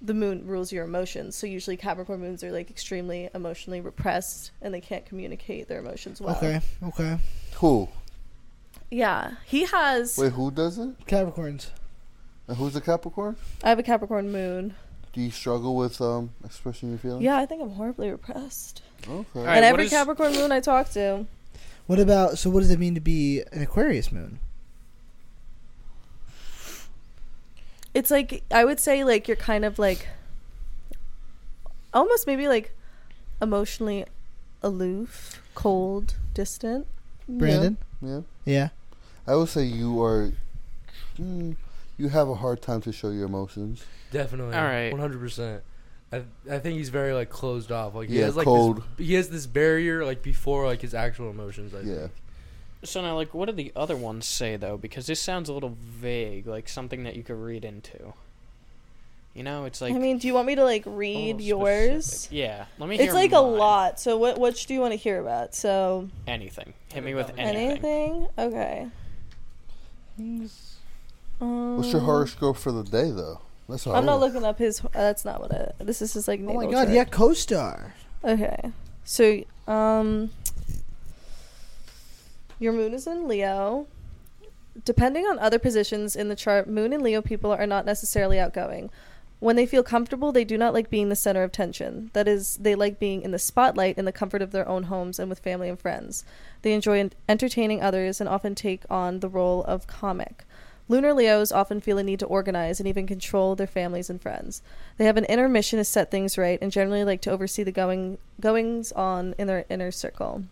Speaker 3: the moon rules your emotions so usually capricorn moons are like extremely emotionally repressed and they can't communicate their emotions well
Speaker 2: okay. Okay.
Speaker 5: Who?
Speaker 3: yeah he has
Speaker 5: Wait, who does it?
Speaker 2: Capricorns.
Speaker 5: And who's a Capricorn?
Speaker 3: i have a capricorn moon
Speaker 5: Do you struggle with um expressing your feelings?
Speaker 3: yeah i think i'm horribly repressed
Speaker 5: Okay.
Speaker 1: All right,
Speaker 3: and
Speaker 1: what
Speaker 3: every
Speaker 1: is-
Speaker 3: capricorn moon i talk to
Speaker 2: What about? So what does it mean to be an Aquarius moon?
Speaker 3: it's like I would say like you're kind of like almost maybe like emotionally aloof, cold, distant.
Speaker 2: Brandon.
Speaker 5: Yeah.
Speaker 2: Yeah.
Speaker 5: I would say you are. Mm, you have a hard time to show your emotions.
Speaker 4: Definitely.
Speaker 1: All right.
Speaker 4: One hundred percent. I I think he's very like closed off. Like he
Speaker 5: Yeah,
Speaker 4: has like
Speaker 5: cold.
Speaker 4: This, he has this barrier like before like his actual emotions. I
Speaker 5: Yeah.
Speaker 4: think.
Speaker 1: So now, like, what do the other ones say though? Because this sounds a little vague, like something that you could read into. You know, it's like
Speaker 3: I mean, do you want me to like
Speaker 1: a
Speaker 3: read
Speaker 1: little
Speaker 3: yours?
Speaker 1: specific. Yeah, let me.
Speaker 3: It's
Speaker 1: hear
Speaker 3: like a
Speaker 1: mine.
Speaker 3: lot. So what which do you want to hear about? So
Speaker 1: Anything. Hit me with anything.
Speaker 3: anything? Okay. Um,
Speaker 5: What's your horoscope for the day, though? That's all.
Speaker 3: I'm not looking up his. Uh, that's not what it. This is his like.
Speaker 2: Oh my
Speaker 3: natal
Speaker 2: God.
Speaker 3: chart.
Speaker 2: Yeah, co-star.
Speaker 3: Okay. So, um, your moon is in Leo. Depending on other positions in the chart, moon and Leo people are not necessarily outgoing. When they feel comfortable, they do not like being the center of tension. That is, they like being in the spotlight in the comfort of their own homes and with family and friends. They enjoy en- entertaining others and often take on the role of comic. Lunar Leos often feel a need to organize and even control their families and friends. They have an inner mission to set things right and generally like to oversee the going goings on in their inner circle.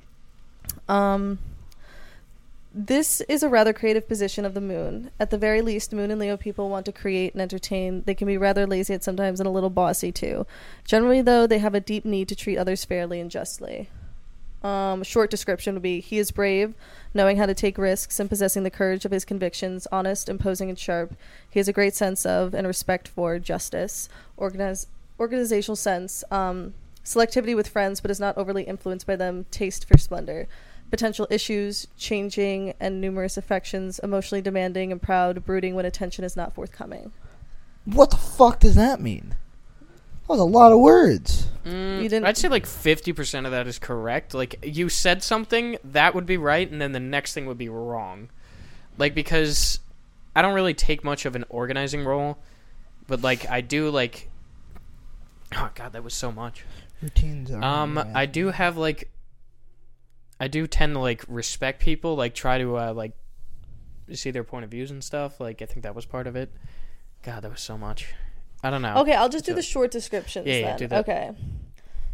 Speaker 3: Um, this is a rather creative position of the moon. At the very least, moon and Leo people want to create and entertain. They can be rather lazy at sometimes and a little bossy too. Generally, though, they have a deep need to treat others fairly and justly. Um, short description would be He is brave, knowing how to take risks and possessing the courage of his convictions, honest, imposing, and sharp. He has a great sense of and respect for justice, organize, organizational sense, um, selectivity with friends, but is not overly influenced by them, taste for splendor. Potential issues, changing and numerous affections, emotionally demanding and proud, brooding when attention is not forthcoming.
Speaker 2: What the fuck does that mean? That was a lot of words.
Speaker 1: Mm,
Speaker 3: You didn't-
Speaker 1: I'd say like fifty percent of that is correct. Like you said something that would be right, and then the next thing would be wrong. Like because I don't really take much of an organizing role, but like I do like. Oh god, that was so much.
Speaker 2: Routines are.
Speaker 1: Um, I do have like, I do tend to like respect people, like try to uh, like see their point of views and stuff. Like I think that was part of it. God, that was so much. I don't know.
Speaker 3: Okay, I'll just do
Speaker 1: So-
Speaker 3: the short descriptions
Speaker 1: Yeah,
Speaker 3: then.
Speaker 1: yeah, do that.
Speaker 3: Okay.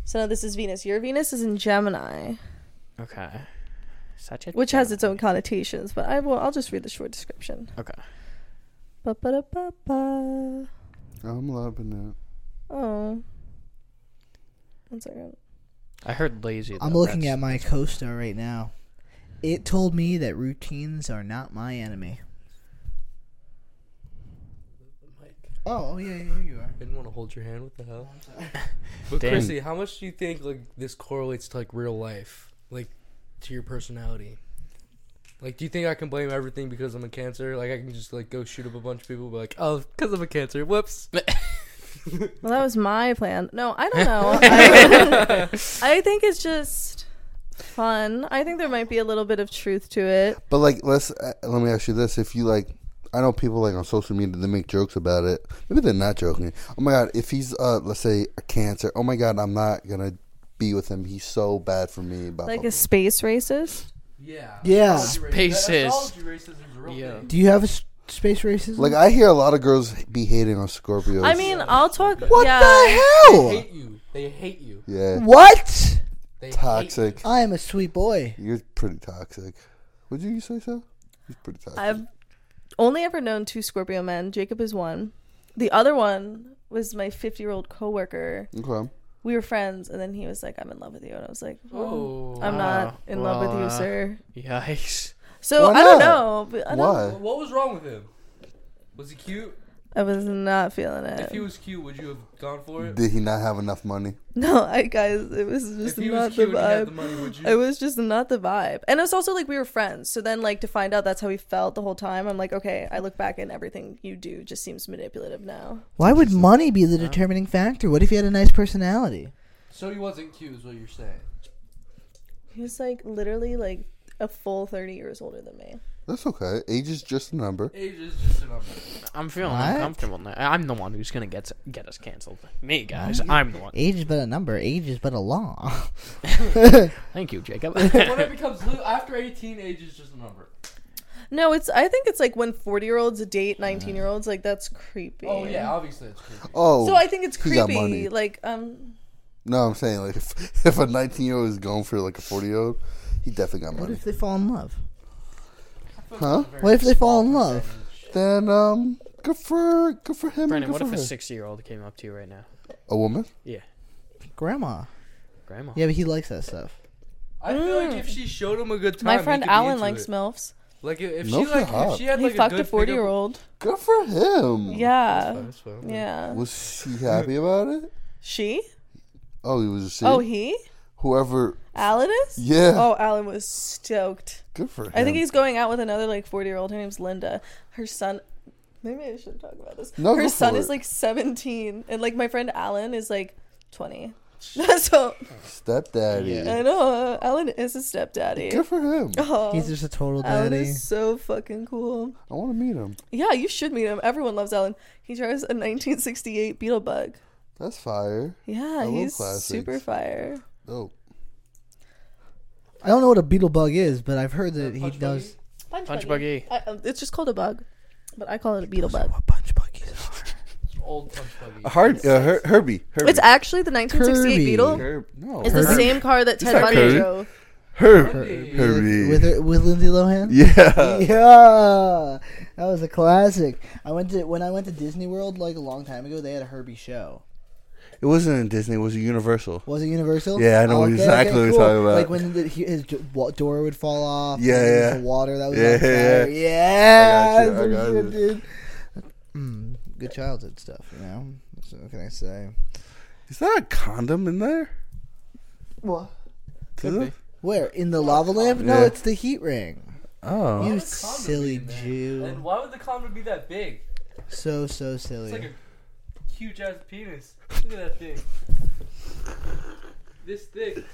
Speaker 3: So now this is Venus. Your Venus is in Gemini,
Speaker 1: Okay. Such a
Speaker 3: which has its own connotations, but I will I'll just read the short description.
Speaker 1: Okay.
Speaker 3: Ba-ba-da-ba-ba.
Speaker 5: I'm loving it.
Speaker 3: Oh. One second.
Speaker 1: I heard lazy.
Speaker 2: I'm
Speaker 1: though.
Speaker 2: looking
Speaker 1: That's-
Speaker 2: at my co-star right now. It told me that routines are not my enemy. Oh, oh yeah, yeah, here you are.
Speaker 4: I didn't want to hold your hand. What the hell? But
Speaker 1: Damn.
Speaker 4: Chrissy, how much do you think like this correlates to like real life, like to your personality? Like, do you think I can blame everything because I'm a cancer? Like, I can just like go shoot up a bunch of people, and be like, oh, because I'm a cancer. Whoops.
Speaker 3: Well, that was my plan. No, I don't know. I, I think it's just fun. I think there might be a little bit of truth to it.
Speaker 5: But like, let's uh, let me ask you this: If you like, I know people like on social media they make jokes about it. Maybe they're not joking. Oh my god, if he's uh, let's say a cancer. Oh my god, I'm not gonna be with him. He's so bad for me. Blah,
Speaker 3: Like
Speaker 5: blah,
Speaker 3: a
Speaker 5: blah.
Speaker 3: space racist.
Speaker 4: Yeah.
Speaker 2: Yeah.
Speaker 1: Spaces. Yeah.
Speaker 4: Yeah.
Speaker 2: Do you have a s- space racism?
Speaker 5: like I hear a lot of girls be hating on Scorpios.
Speaker 3: I mean, I'll talk.
Speaker 2: what
Speaker 3: yeah.
Speaker 2: the
Speaker 4: They
Speaker 2: hell?
Speaker 4: hate you. They hate you.
Speaker 5: yeah,
Speaker 2: What?
Speaker 4: They hate
Speaker 5: toxic.
Speaker 2: I am a sweet boy.
Speaker 5: You're pretty toxic. Would you say so? He's pretty toxic.
Speaker 3: I've only ever known two Scorpio men. Jacob is one. The other one was my 50 year old coworker.
Speaker 5: okay.
Speaker 3: We were friends, and then he was like, "I'm in love with you," and I was like,
Speaker 4: you. Oh.
Speaker 3: Mm. "I'm
Speaker 1: Wow.
Speaker 3: not in love
Speaker 1: Well,
Speaker 3: with you,
Speaker 1: uh,
Speaker 3: sir."
Speaker 1: Yikes.
Speaker 3: So
Speaker 5: Why
Speaker 3: I don't
Speaker 5: not?
Speaker 3: know. But I, don't-
Speaker 5: Why?
Speaker 4: What was wrong with him? Was he cute?
Speaker 3: I was not feeling
Speaker 4: If he
Speaker 3: it.
Speaker 4: was cute, would you have gone for it?
Speaker 5: Did he not have enough money?
Speaker 3: No, I guys, it was
Speaker 4: If
Speaker 3: just
Speaker 4: he
Speaker 3: not
Speaker 4: was
Speaker 3: the
Speaker 4: cute and he had the
Speaker 3: vibe.
Speaker 4: money, would you?
Speaker 3: It was just not the vibe, and it's also like we were friends. So then, like to find out that's how he felt the whole time. I'm like, okay, I look back and everything you do just seems manipulative now.
Speaker 2: Why would money be the determining factor? What if you had a nice personality?
Speaker 4: So he wasn't cute, is what you're saying.
Speaker 3: He's like literally like a full 30 years older than me.
Speaker 5: That's okay. Age is just a number.
Speaker 4: Age is just a number.
Speaker 1: I'm feeling
Speaker 2: What?
Speaker 1: uncomfortable now. I'm the one who's gonna get get us canceled. Me, guys. I'm the one.
Speaker 2: Age is but a number. Age is but a law.
Speaker 1: Thank you, Jacob.
Speaker 4: when it becomes lo- after 18, age is just a number.
Speaker 3: No, it's. I think it's like when forty year olds date nineteen year olds. Like that's creepy.
Speaker 4: Oh yeah, obviously it's creepy.
Speaker 5: Oh,
Speaker 3: So I think it's
Speaker 5: he got
Speaker 3: creepy.
Speaker 5: money.
Speaker 3: Like um,
Speaker 5: No, I'm saying like if, if a 19 year old is going for like a 40 year old, he definitely got
Speaker 2: what
Speaker 5: money,
Speaker 2: if they fall in love?
Speaker 5: huh?
Speaker 2: What if they fall in love?
Speaker 5: Then um, good for good for him.
Speaker 1: Brandon,
Speaker 5: and
Speaker 1: what
Speaker 5: good
Speaker 1: if a
Speaker 5: for her.
Speaker 1: sixty year old came up to you right now?
Speaker 5: a woman?
Speaker 2: Grandma.
Speaker 1: Grandma.
Speaker 2: Yeah, but he likes that stuff.
Speaker 4: I feel like if she showed him a good time,
Speaker 3: my
Speaker 4: he
Speaker 3: friend
Speaker 4: could be
Speaker 3: Alan
Speaker 4: into
Speaker 3: likes
Speaker 4: it.
Speaker 3: milfs.
Speaker 4: Like if if
Speaker 5: No,
Speaker 4: she like
Speaker 5: hot.
Speaker 4: if she had
Speaker 3: He
Speaker 4: like
Speaker 3: fucked
Speaker 4: good Mm.
Speaker 3: a forty year old.
Speaker 5: Good for him.
Speaker 3: Yeah,
Speaker 4: Pickup,
Speaker 3: yeah.
Speaker 5: Was he happy about it?
Speaker 3: She?
Speaker 5: Oh, he was just
Speaker 3: Oh, he?
Speaker 5: whoever.
Speaker 3: Alan is?
Speaker 5: Yeah.
Speaker 3: Oh, Alan was stoked.
Speaker 5: Good for him.
Speaker 3: I think he's going out with another like forty year old. Her name's Linda. Her son. Maybe I should talk about this.
Speaker 5: No,
Speaker 3: Her
Speaker 5: go
Speaker 3: son
Speaker 5: for
Speaker 3: is
Speaker 5: it.
Speaker 3: like seventeen, and like my friend Alan is like twenty. so
Speaker 5: stepdaddy.
Speaker 3: I know uh, Alan is a stepdaddy.
Speaker 5: Good for him.
Speaker 3: Oh,
Speaker 2: He's just a total
Speaker 3: Alan
Speaker 2: daddy.
Speaker 3: is so fucking cool.
Speaker 5: I want to meet him.
Speaker 3: Yeah, you should meet him. Everyone loves Alan. He drives a 1968 Beetle Bug.
Speaker 5: That's fire.
Speaker 3: Yeah,
Speaker 5: love
Speaker 3: he's
Speaker 5: classics.
Speaker 3: super fire.
Speaker 5: Oh,
Speaker 2: I don't know what a beetle bug is, but I've heard that he
Speaker 4: punch
Speaker 2: does.
Speaker 1: Punch buggy.
Speaker 3: I, um, it's just called a bug, but I call it a beetle bug.
Speaker 2: What punch buggies are?
Speaker 4: buggy. Old punch buggy.
Speaker 5: Herb, uh, Her- Herbie. Herbie.
Speaker 3: It's actually the 1968
Speaker 2: Kirby.
Speaker 3: Beetle.
Speaker 5: Herb. No.
Speaker 3: It's the
Speaker 2: Kirby.
Speaker 3: same car that Ted
Speaker 5: not
Speaker 3: Bundy
Speaker 5: Kirby.
Speaker 3: drove.
Speaker 5: Herb.
Speaker 4: Herbie.
Speaker 5: Herbie.
Speaker 2: With her, with Lindsay Lohan.
Speaker 5: yeah.
Speaker 2: Yeah, that was a classic. I went to when I went to Disney World like a long time ago. They had a Herbie show,
Speaker 5: It wasn't in Disney. It was a Universal.
Speaker 2: Was it Universal?
Speaker 5: Yeah, I know exactly what you're talking about.
Speaker 2: Like when the, he- his d- wa- door would fall off.
Speaker 5: Yeah,
Speaker 2: and
Speaker 5: yeah.
Speaker 2: The water that was
Speaker 5: Yeah,
Speaker 2: on fire. Yeah,
Speaker 5: yeah. I got
Speaker 2: that's
Speaker 5: you, I
Speaker 2: what
Speaker 5: got
Speaker 2: he
Speaker 5: you.
Speaker 2: said, dude. Mm, good childhood stuff, you know. So what can I say?
Speaker 5: Is that a condom in there?
Speaker 2: What?
Speaker 1: Could be.
Speaker 2: Where in the lava lamp? No,
Speaker 5: Yeah.
Speaker 2: it's the heat ring.
Speaker 5: Oh.
Speaker 2: You
Speaker 4: would a condom
Speaker 2: silly
Speaker 4: be in there? And
Speaker 2: Jew.
Speaker 4: why would the condom be that big?
Speaker 2: So so
Speaker 4: It's like
Speaker 2: silly.
Speaker 4: a huge ass penis. Look at that thing. This thick.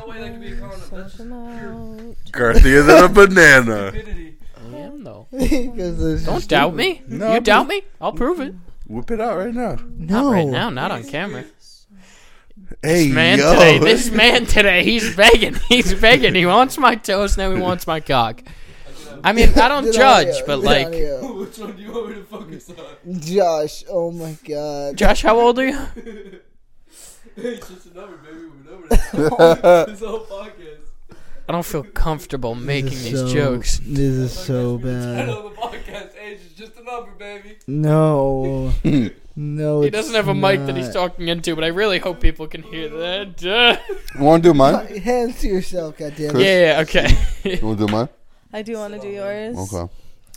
Speaker 4: No way that could be a condom. That's just
Speaker 5: Girthier than a banana.
Speaker 4: stupidity.
Speaker 1: I am though.
Speaker 2: Because there's
Speaker 1: Don't
Speaker 2: just-
Speaker 1: doubt me.
Speaker 5: No,
Speaker 1: you
Speaker 5: I'm-
Speaker 1: doubt me? I'll prove it.
Speaker 5: Whip it out right now.
Speaker 2: No.
Speaker 1: Not right now, not on camera.
Speaker 5: Hey,
Speaker 1: This man
Speaker 5: yo.
Speaker 1: today, this man today, he's begging. He's begging. He wants my toes, now he wants my cock. I mean, I don't
Speaker 2: Good
Speaker 1: judge,
Speaker 2: audio,
Speaker 1: but
Speaker 2: good
Speaker 1: like,
Speaker 2: audio.
Speaker 4: Which one do you want me to focus on?
Speaker 2: Josh, oh my god.
Speaker 1: Josh, how old are you?
Speaker 4: it's just a number, baby. We've been over that. this whole podcast.
Speaker 1: I don't feel comfortable making
Speaker 2: This is
Speaker 1: these
Speaker 2: so-
Speaker 1: jokes.
Speaker 2: This is so
Speaker 4: That's the title
Speaker 2: bad.
Speaker 4: of the podcast. Age is just a number, baby.
Speaker 2: No. no.
Speaker 1: He
Speaker 2: it's
Speaker 1: doesn't have a mic that he's
Speaker 2: not.
Speaker 1: talking into, but I really hope people can hear that. yeah,
Speaker 5: Want to do mine?
Speaker 2: Hands to yourself, goddamn.
Speaker 5: Chris?
Speaker 1: yeah, okay.
Speaker 5: You want to do mine?
Speaker 3: I do want to do yours.
Speaker 5: Okay.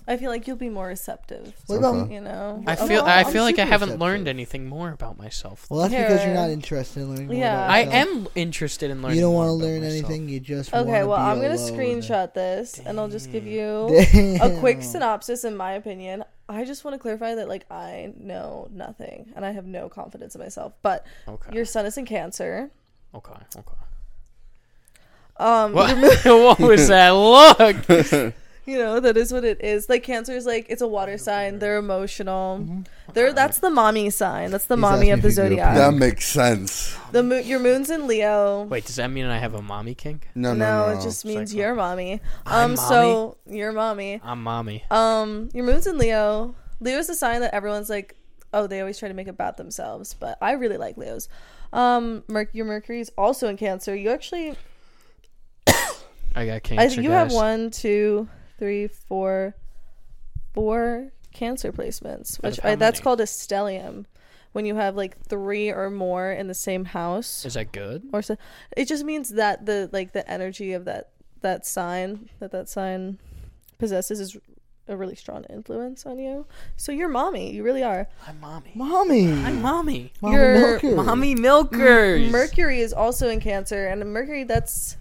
Speaker 3: I feel like you'll be more receptive.
Speaker 2: What about
Speaker 5: Okay.
Speaker 3: You know.
Speaker 1: I
Speaker 2: I'm
Speaker 1: feel
Speaker 2: not-
Speaker 1: I
Speaker 2: I'm
Speaker 1: feel like I
Speaker 2: super
Speaker 1: haven't
Speaker 2: receptive.
Speaker 1: learned anything more about myself.
Speaker 2: Well, that's because you're
Speaker 3: Here.
Speaker 2: not interested in learning. more
Speaker 3: Yeah.
Speaker 2: about
Speaker 1: I
Speaker 2: yourself.
Speaker 1: am interested in learning.
Speaker 2: You don't
Speaker 1: want to
Speaker 2: learn anything. You just
Speaker 3: Okay,
Speaker 2: wanna
Speaker 3: well,
Speaker 2: be
Speaker 3: I'm gonna
Speaker 2: alone.
Speaker 3: screenshot this, and I'll just give you
Speaker 2: Damn.
Speaker 3: a quick synopsis. In my opinion, I just want to clarify that like I know nothing, and I have no confidence in myself. But
Speaker 1: Okay.
Speaker 3: your son is in Cancer.
Speaker 1: okay. Okay.
Speaker 3: Um,
Speaker 1: What? what was that look?
Speaker 3: you know that is what it is. Like Cancer is like it's a water sign. They're emotional. They're that's the mommy sign. That's the
Speaker 2: Mm-hmm. He's
Speaker 3: mommy
Speaker 2: asking
Speaker 3: of the
Speaker 2: if you grew up
Speaker 3: zodiac.
Speaker 5: That makes sense.
Speaker 3: The mo- your moon's in Leo.
Speaker 1: Wait, does that mean I have a mommy kink?
Speaker 5: No, no,
Speaker 3: no,
Speaker 5: no.
Speaker 3: it just means
Speaker 1: Psycho.
Speaker 3: your mommy.
Speaker 1: I'm
Speaker 3: Um, so your mommy.
Speaker 1: I'm mommy.
Speaker 3: Um, your moon's in Leo. Leo is a sign that everyone's like, oh, they always try to make about themselves, but I really like Leos. Um, Merc- your Mercury is also in Cancer. You actually,
Speaker 1: I got cancer.
Speaker 3: I think you have
Speaker 1: guys.
Speaker 3: one, two, three, four, four Cancer
Speaker 1: Out
Speaker 3: placements,
Speaker 1: of
Speaker 3: which
Speaker 1: how
Speaker 3: I, that's
Speaker 1: many?
Speaker 3: called a stellium. When you have like three or more in the same house,
Speaker 1: Is that good?
Speaker 3: or so, it just means that the like the energy of that that sign that that sign possesses is a really strong influence on you. So you're mommy. You really are.
Speaker 1: I'm mommy.
Speaker 2: mommy.
Speaker 1: I'm mommy.
Speaker 2: Mommy
Speaker 3: You're-
Speaker 2: Milker.
Speaker 1: Mommy milkers.
Speaker 3: Mercury is also in Cancer, and Mercury that's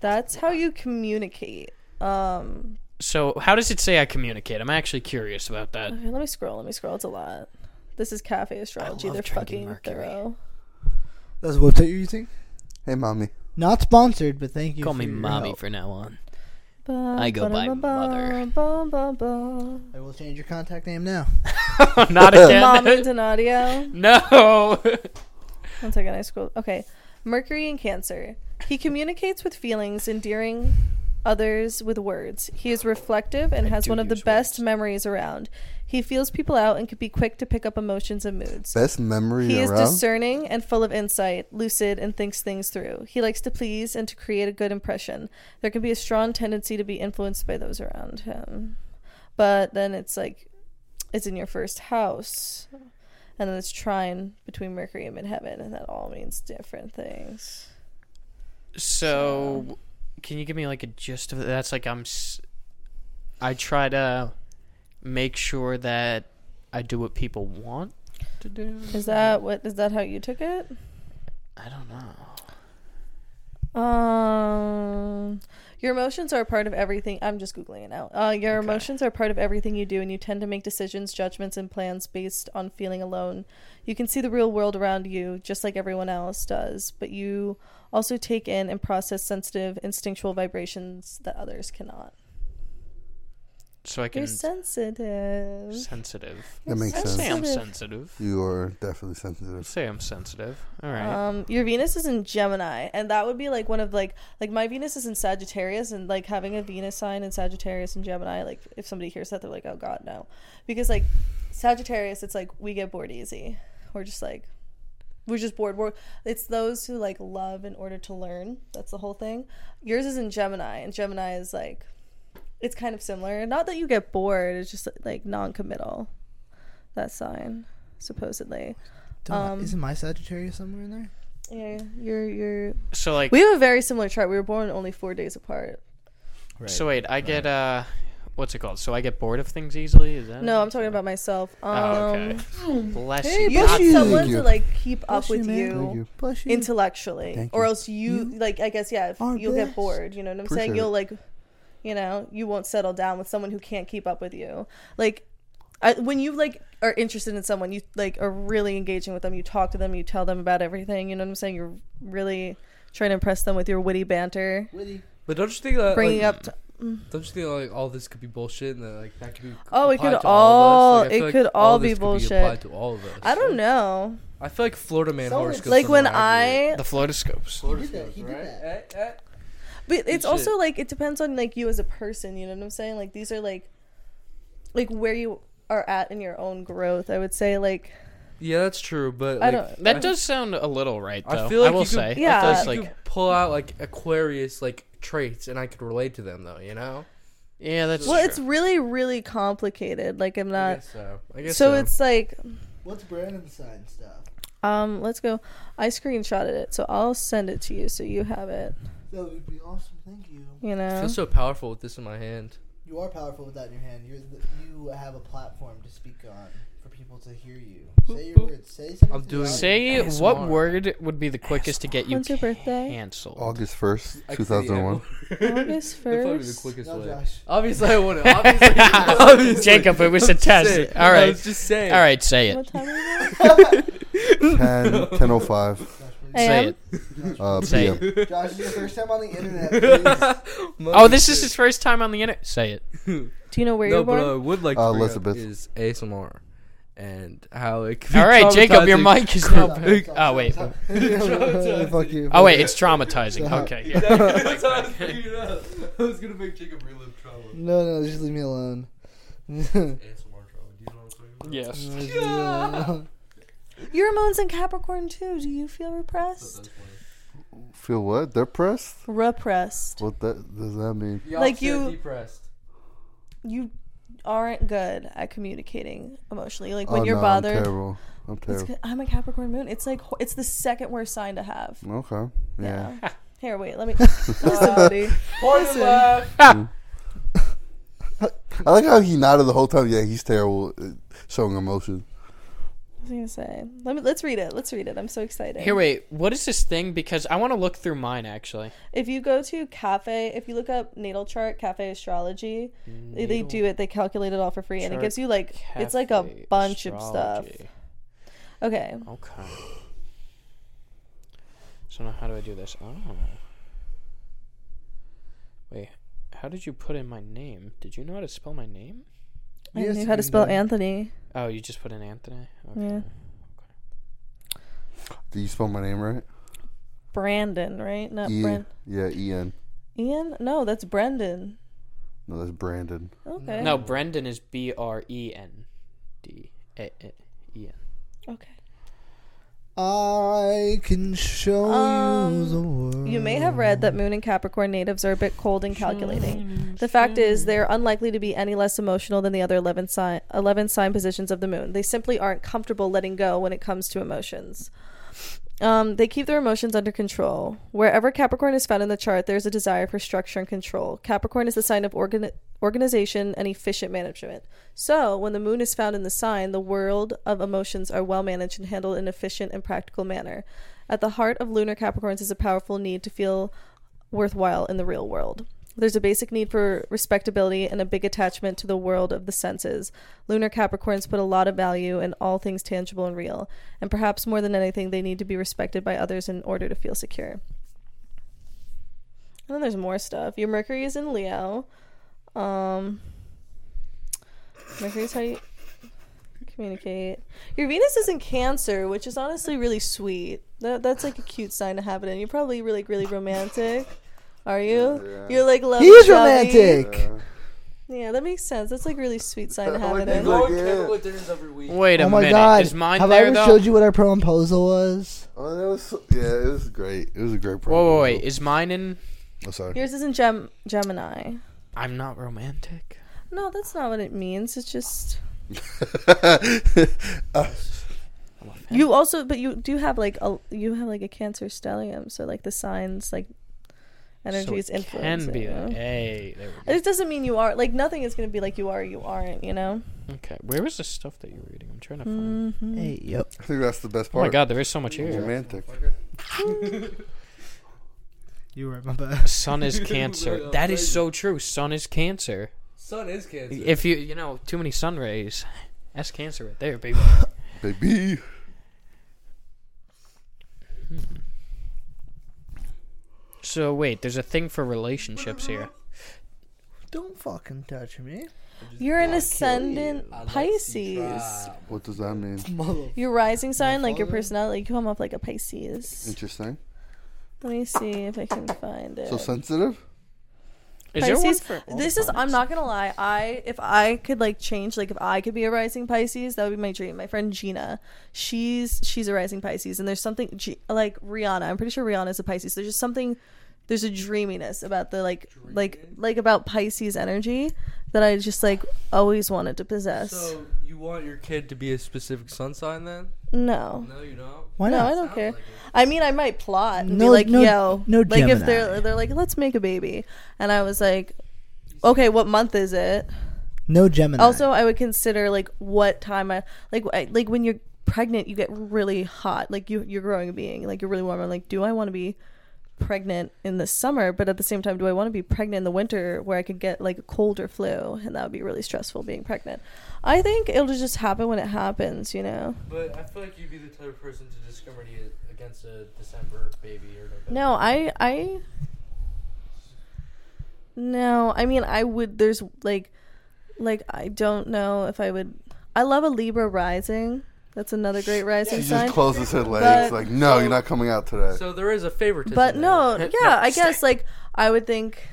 Speaker 3: that's how you communicate. Um,
Speaker 1: so how does it say I communicate? I'm actually curious about that.
Speaker 3: okay, let me scroll. Let me scroll. It's a lot. This is cafe astrology.
Speaker 1: love
Speaker 3: They're
Speaker 1: drinking
Speaker 3: fucking
Speaker 1: Mercury.
Speaker 3: thorough.
Speaker 2: That's what website you're using.
Speaker 5: Hey, mommy.
Speaker 2: Not sponsored, but thank you.
Speaker 1: Call
Speaker 2: for
Speaker 1: me
Speaker 2: your
Speaker 1: mommy
Speaker 2: help.
Speaker 1: for now on.
Speaker 3: Ba-
Speaker 1: I go by
Speaker 3: ba-da-ba-ba,
Speaker 1: mother.
Speaker 3: ba-ba-ba.
Speaker 2: I will change your contact name now.
Speaker 1: Not
Speaker 3: Mom and
Speaker 1: again.
Speaker 3: Donadio.
Speaker 1: no.
Speaker 3: One second, I scroll. Okay, Mercury in Cancer. He communicates with feelings, endearing others with words. He is reflective and
Speaker 1: I
Speaker 3: has
Speaker 1: do
Speaker 3: one of the
Speaker 1: use
Speaker 3: best
Speaker 1: words.
Speaker 3: memories around. He feels people out and can be quick to pick up emotions and moods.
Speaker 5: Best memory
Speaker 3: He is
Speaker 5: around.
Speaker 3: discerning and full of insight, lucid, and thinks things through. He likes to please and to create a good impression. There can be a strong tendency to be influenced by those around him. But then it's like, it's in your first house. And then it's trine between Mercury and Midheaven, and that all means different things.
Speaker 1: So, can you give me like a gist of it? That's like I'm. s- I try to make sure that I do what people want to do.
Speaker 3: Is that what? Is that how you took it?
Speaker 1: I don't know.
Speaker 3: Um, your emotions are a part of everything. I'm just googling it now. Uh, your
Speaker 1: Okay.
Speaker 3: emotions are part of everything you do, and you tend to make decisions, judgments, and plans based on feeling alone. You can see the real world around you, just like everyone else does, but you also take in and process sensitive, instinctual vibrations that others cannot.
Speaker 1: So I can
Speaker 3: You're sensitive.
Speaker 1: sensitive.
Speaker 5: That makes
Speaker 1: I say
Speaker 5: sense.
Speaker 1: I'm
Speaker 3: Sensitive.
Speaker 1: sensitive.
Speaker 5: You are
Speaker 1: I
Speaker 5: definitely sensitive.
Speaker 1: say I'm sensitive. All right.
Speaker 3: Um, your Venus is in Gemini, and that would be like one of like like my Venus is in Sagittarius, and like having a Venus sign in Sagittarius and Gemini, like if somebody hears that, they're like, oh god, no, because like Sagittarius, it's like we get bored easy. We're just like we're just bored. We're it's those who like love in order to learn. That's the whole thing. Yours is in Gemini, and Gemini is like it's kind of similar. Not that you get bored, it's just like non-committal. That sign supposedly.
Speaker 2: Don't-
Speaker 3: Um,
Speaker 2: isn't my Sagittarius somewhere in there?
Speaker 3: Yeah, you're you're.
Speaker 1: So like,
Speaker 3: We have a very similar chart. We were born only four days apart.
Speaker 2: Right.
Speaker 1: so wait, I get uh, what's it called? So I get bored of things easily. Is that?
Speaker 3: No, I'm talking about myself. Um,
Speaker 1: Oh, okay. Bless
Speaker 2: Hey,
Speaker 1: you.
Speaker 3: You
Speaker 2: Bless
Speaker 3: want
Speaker 2: you.
Speaker 3: someone
Speaker 5: Thank you.
Speaker 3: to like keep
Speaker 2: Bless
Speaker 3: up
Speaker 2: man.
Speaker 3: with
Speaker 5: Thank
Speaker 3: you,
Speaker 5: you.
Speaker 2: Bless you.
Speaker 3: intellectually,
Speaker 5: Thank
Speaker 3: or
Speaker 5: you.
Speaker 3: else you,
Speaker 2: You
Speaker 3: like I guess yeah, if
Speaker 2: are
Speaker 3: you'll
Speaker 2: blessed.
Speaker 3: get bored. You know what I'm
Speaker 5: Appreciate
Speaker 3: saying?
Speaker 5: it.
Speaker 3: You'll like, you know, you won't settle down with someone who can't keep up with you. Like I, when you like are interested in someone, you like are really engaging with them. You talk to them. You tell them about everything. You know what I'm saying? You're really trying to impress them with your witty banter,
Speaker 4: But don't you think that
Speaker 3: bringing
Speaker 4: like,
Speaker 3: up. T-
Speaker 4: Don't you think like all this could be bullshit and that, like that could be?
Speaker 3: Oh, it
Speaker 4: applied
Speaker 3: could
Speaker 4: to all.
Speaker 3: all-
Speaker 4: of us? Like, I feel
Speaker 3: it
Speaker 4: like
Speaker 3: could all be
Speaker 4: this could
Speaker 3: bullshit.
Speaker 4: applied to all of us.
Speaker 3: I don't know.
Speaker 4: I feel like Florida man
Speaker 2: Someone-
Speaker 4: horoscopes.
Speaker 3: Like
Speaker 4: are
Speaker 3: when
Speaker 4: more accurate.
Speaker 3: I
Speaker 1: The floatoscopes.
Speaker 4: Florida
Speaker 2: He did that, he
Speaker 4: scopes,
Speaker 2: did
Speaker 4: right? Eh, eh.
Speaker 3: But it's
Speaker 4: shit.
Speaker 3: also like it depends on like you as a person, you know what I'm saying? Like these are like like where you are at in your own growth. I would say like
Speaker 4: Yeah, that's true, but
Speaker 3: I
Speaker 4: like,
Speaker 3: don't-
Speaker 1: That does sound a little right,
Speaker 4: I
Speaker 1: though. I,
Speaker 4: feel like
Speaker 1: will
Speaker 4: you could-
Speaker 1: say.
Speaker 4: I
Speaker 1: It
Speaker 3: Yeah.
Speaker 4: I
Speaker 1: does,
Speaker 4: feel like you
Speaker 1: like-
Speaker 4: could pull out like Aquarius like traits, and I could relate to them though. You know.
Speaker 1: yeah, that's
Speaker 3: well,
Speaker 1: true.
Speaker 3: it's really really complicated. Like I'm
Speaker 4: I
Speaker 3: not
Speaker 4: guess so. I
Speaker 3: so,
Speaker 4: guess so.
Speaker 3: it's like
Speaker 2: What's Brandon's sign stuff?
Speaker 3: um let's go. I screenshotted it, so I'll send it to you so you have it,
Speaker 2: That would be awesome. Thank you.
Speaker 3: you
Speaker 4: I
Speaker 3: know.
Speaker 4: feel so powerful with this in my hand.
Speaker 2: You are powerful with that in your hand. You're the, you have a platform to speak on for people to hear you. Say your words. Say something.
Speaker 4: I'm
Speaker 2: to the
Speaker 4: doing-
Speaker 2: audience.
Speaker 1: Say
Speaker 4: ASMR.
Speaker 1: what word would be the quickest to get you
Speaker 3: When's your birthday?
Speaker 1: canceled?
Speaker 5: August first,
Speaker 4: I
Speaker 5: two
Speaker 4: could see
Speaker 5: thousand one.
Speaker 4: it.
Speaker 3: August
Speaker 4: That'd probably be the
Speaker 3: 1st?
Speaker 4: quickest
Speaker 2: No,
Speaker 4: way.
Speaker 2: Josh.
Speaker 4: Obviously, I wouldn't. Obviously, obviously.
Speaker 1: Jacob, it was
Speaker 4: I'm
Speaker 1: a
Speaker 4: just
Speaker 1: test.
Speaker 4: saying.
Speaker 1: All
Speaker 4: I
Speaker 1: right.
Speaker 4: was just saying.
Speaker 1: All right, say
Speaker 3: What
Speaker 1: it.
Speaker 3: time is it?
Speaker 5: 10, 10 oh five
Speaker 2: Josh, please.
Speaker 1: Say
Speaker 3: AM?
Speaker 1: it.
Speaker 5: uh,
Speaker 1: Say
Speaker 5: p.m.
Speaker 2: Josh, this is your first time on the internet. Please.
Speaker 1: Oh, this is his first time on the internet. Say it.
Speaker 3: Do you know where
Speaker 4: No,
Speaker 3: you're
Speaker 4: but
Speaker 3: born?
Speaker 4: I would like to
Speaker 5: Uh,
Speaker 4: bring up
Speaker 5: Elizabeth.
Speaker 4: is ASMR and how it. Could be
Speaker 1: All right, Jacob, your
Speaker 4: traumatizing.
Speaker 1: mic is now. Oh wait.
Speaker 2: Fuck you.
Speaker 1: Oh wait, it's traumatizing. Okay. yeah.
Speaker 4: That's how I was bringing it up. I was gonna make Jacob relive trauma.
Speaker 3: Hmm.
Speaker 2: No, no, just leave me alone. Just
Speaker 4: ASMR trauma. Do you know what I'm talking about?
Speaker 1: Yes.
Speaker 2: leave me alone.
Speaker 3: Your moon's in Capricorn too. Do you feel repressed?
Speaker 5: Feel what? Depressed?
Speaker 3: Repressed.
Speaker 5: What that does that mean?
Speaker 4: The
Speaker 3: Like
Speaker 4: opposite
Speaker 3: you-
Speaker 4: of depressed.
Speaker 3: you aren't good at communicating emotionally. Like
Speaker 5: oh,
Speaker 3: when you're
Speaker 5: no, I'm
Speaker 3: bothered,
Speaker 5: terrible. I'm
Speaker 3: it's,
Speaker 5: terrible.
Speaker 3: ca- I'm a Capricorn moon. It's like ho- it's the second worst sign to have.
Speaker 5: Okay. Yeah.
Speaker 3: Yeah. Here, wait, let me. Listen, buddy. Listen.
Speaker 5: I like how he nodded the whole time. Yeah, he's terrible at showing emotion.
Speaker 3: What was I gonna say? Let me. Let's read it. Let's read it. I'm so excited.
Speaker 1: Here, wait. What is this thing? Because I want to look through mine actually.
Speaker 3: If you go to cafe, if you look up natal chart, cafe astrology, they- they do it. They calculate it all for free, and it
Speaker 1: chart,
Speaker 3: gives you like it's like a
Speaker 1: Cafe
Speaker 3: bunch of stuff.
Speaker 1: astrology.
Speaker 3: Okay.
Speaker 5: Oh,
Speaker 1: Okay. So now, how do I do this? Oh. Wait. How did you put in my name? Did you know how to spell my name?
Speaker 3: I
Speaker 2: Yes,
Speaker 3: knew how to
Speaker 2: and
Speaker 3: spell
Speaker 2: then-
Speaker 3: Anthony.
Speaker 1: Oh, you just put in Anthony. Okay.
Speaker 3: Yeah.
Speaker 5: Do you spell my name right?
Speaker 3: Brandon, right? Not
Speaker 5: Ian.
Speaker 3: Bren.
Speaker 5: Yeah, E Ian.
Speaker 3: Ian? No, that's Brendan.
Speaker 5: No, that's Brandon.
Speaker 3: Okay.
Speaker 1: No, Brendan is B R E N D A E N.
Speaker 3: Okay.
Speaker 2: I can show you
Speaker 3: Um,
Speaker 2: the world.
Speaker 3: You may have read that Moon and Capricorn natives are a bit cold and calculating. The fact is, they are unlikely to be any less emotional than the other 11 sign, 11 sign positions of the moon. They simply aren't comfortable letting go when it comes to emotions. Um, they keep their emotions under control. Wherever Capricorn is found in the chart, there's a desire for structure and control. Capricorn is the sign of organ- organization and efficient management. So, when the moon is found in the sign, the world of emotions are well managed and handled in an efficient and practical manner. At the heart of lunar Capricorns is a powerful need to feel worthwhile in the real world. There's a basic need for respectability and a big attachment to the world of the senses. Lunar Capricorns put a lot of value in all things tangible and real, and perhaps more than anything, they need to be respected by others in order to feel secure. And then there's more stuff. Your Mercury is in Leo. Um, Mercury's how you communicate. Your Venus is in Cancer, which is honestly really sweet. That, that's like a cute sign to have it in. You're probably really, really romantic. Are you?
Speaker 5: Yeah.
Speaker 3: You're like love.
Speaker 2: He is romantic.
Speaker 5: Uh,
Speaker 3: Yeah, that makes sense. That's like really sweet sign to
Speaker 5: I
Speaker 3: have
Speaker 5: like
Speaker 3: it
Speaker 5: that
Speaker 3: in.
Speaker 5: you like-
Speaker 4: Go
Speaker 5: Yeah.
Speaker 4: Capricorn with dinners every week.
Speaker 1: Wait a
Speaker 2: oh my
Speaker 1: minute.
Speaker 2: god!
Speaker 1: Is mine
Speaker 2: have
Speaker 1: there
Speaker 2: I ever
Speaker 1: though?
Speaker 2: showed you what a proposal was?
Speaker 5: oh, that was so- yeah. It was great. It was a great.
Speaker 1: Whoa, whoa,
Speaker 5: proposal.
Speaker 1: wait. Is mine in?
Speaker 5: Oh, sorry.
Speaker 3: Yours isn't Gem- Gemini.
Speaker 1: I'm not romantic.
Speaker 3: No, that's not what it means. It's just
Speaker 5: Uh,
Speaker 1: I'm love him.
Speaker 3: You also, but you do have like a you have like a Cancer stellium, so like the signs like energy
Speaker 1: So
Speaker 3: is
Speaker 1: it
Speaker 3: influencing.
Speaker 1: Can be
Speaker 3: you.
Speaker 1: that. Hey, there we
Speaker 3: It doesn't mean you are like nothing is gonna be like you are. or You aren't. You know.
Speaker 1: go. Okay, where was the stuff that you were reading? I'm trying to
Speaker 2: Hmm.
Speaker 1: find.
Speaker 3: Mm-hmm.
Speaker 2: Hey, yep.
Speaker 5: I think that's the best
Speaker 1: Oh my
Speaker 5: part.
Speaker 1: god, there is so much here.
Speaker 5: Romantic.
Speaker 2: You were my best.
Speaker 1: Sun is cancer. That is so true. Sun is cancer.
Speaker 4: Sun is cancer.
Speaker 1: If you you know too many sun rays, that's cancer right there, baby.
Speaker 5: Baby.
Speaker 1: So wait, there's a thing for relationships here.
Speaker 2: Don't fucking touch me.
Speaker 3: You're an ascendant
Speaker 4: I like
Speaker 3: Pisces.
Speaker 4: some
Speaker 5: What does that mean?
Speaker 4: tribe. Mother-
Speaker 3: Your rising sign, like your
Speaker 4: follow that?
Speaker 3: personality, you come up like a Pisces.
Speaker 1: Mm.
Speaker 5: Interesting.
Speaker 3: Let me see if I can find it.
Speaker 5: So sensitive?
Speaker 1: Is there one
Speaker 3: Pisces-
Speaker 1: for all
Speaker 3: this is I'm
Speaker 1: signs?
Speaker 3: not gonna lie. I if I could like change, like if I could be a rising Pisces, that would be my dream. My friend Gina, she's she's a rising Pisces, and there's something G- like Rihanna. I'm pretty sure Rihanna's a Pisces. There's just something. There's a dreaminess about the like like like about Pisces energy that I just like always wanted to possess.
Speaker 4: So you want your kid to be a specific sun sign then?
Speaker 3: no.
Speaker 4: No, you don't.
Speaker 2: Why
Speaker 3: No,
Speaker 2: not?
Speaker 3: I don't care. I mean, I might plot and be
Speaker 2: No-
Speaker 3: like,
Speaker 2: no-
Speaker 3: "Yo,
Speaker 2: no
Speaker 3: like if they're
Speaker 2: Gemini.
Speaker 3: they're like, let's make a baby," and I was like, "Okay, what month is it?"
Speaker 2: No Gemini.
Speaker 3: Also, I would consider like what time I like I, like when you're pregnant, you get really hot. Like you you're growing a being, like you're really warm. I'm like, do I want to be pregnant in the summer? But at the same time, do I want to be pregnant in the winter where I could get like a cold or flu, and that would be really stressful being pregnant. I think it'll just happen when it happens, you know.
Speaker 4: But I feel like you'd be the type of person to discriminate against a December baby or November.
Speaker 3: No, I I No, I mean I would there's like like I don't know if I would I love a Libra rising. That's another great rising
Speaker 5: She
Speaker 3: sign.
Speaker 5: just closes her legs.
Speaker 3: But-
Speaker 5: like, no, you're not coming out today.
Speaker 4: So there is a favoritism.
Speaker 3: But
Speaker 4: there.
Speaker 3: no, yeah,
Speaker 1: No,
Speaker 3: I guess like I would think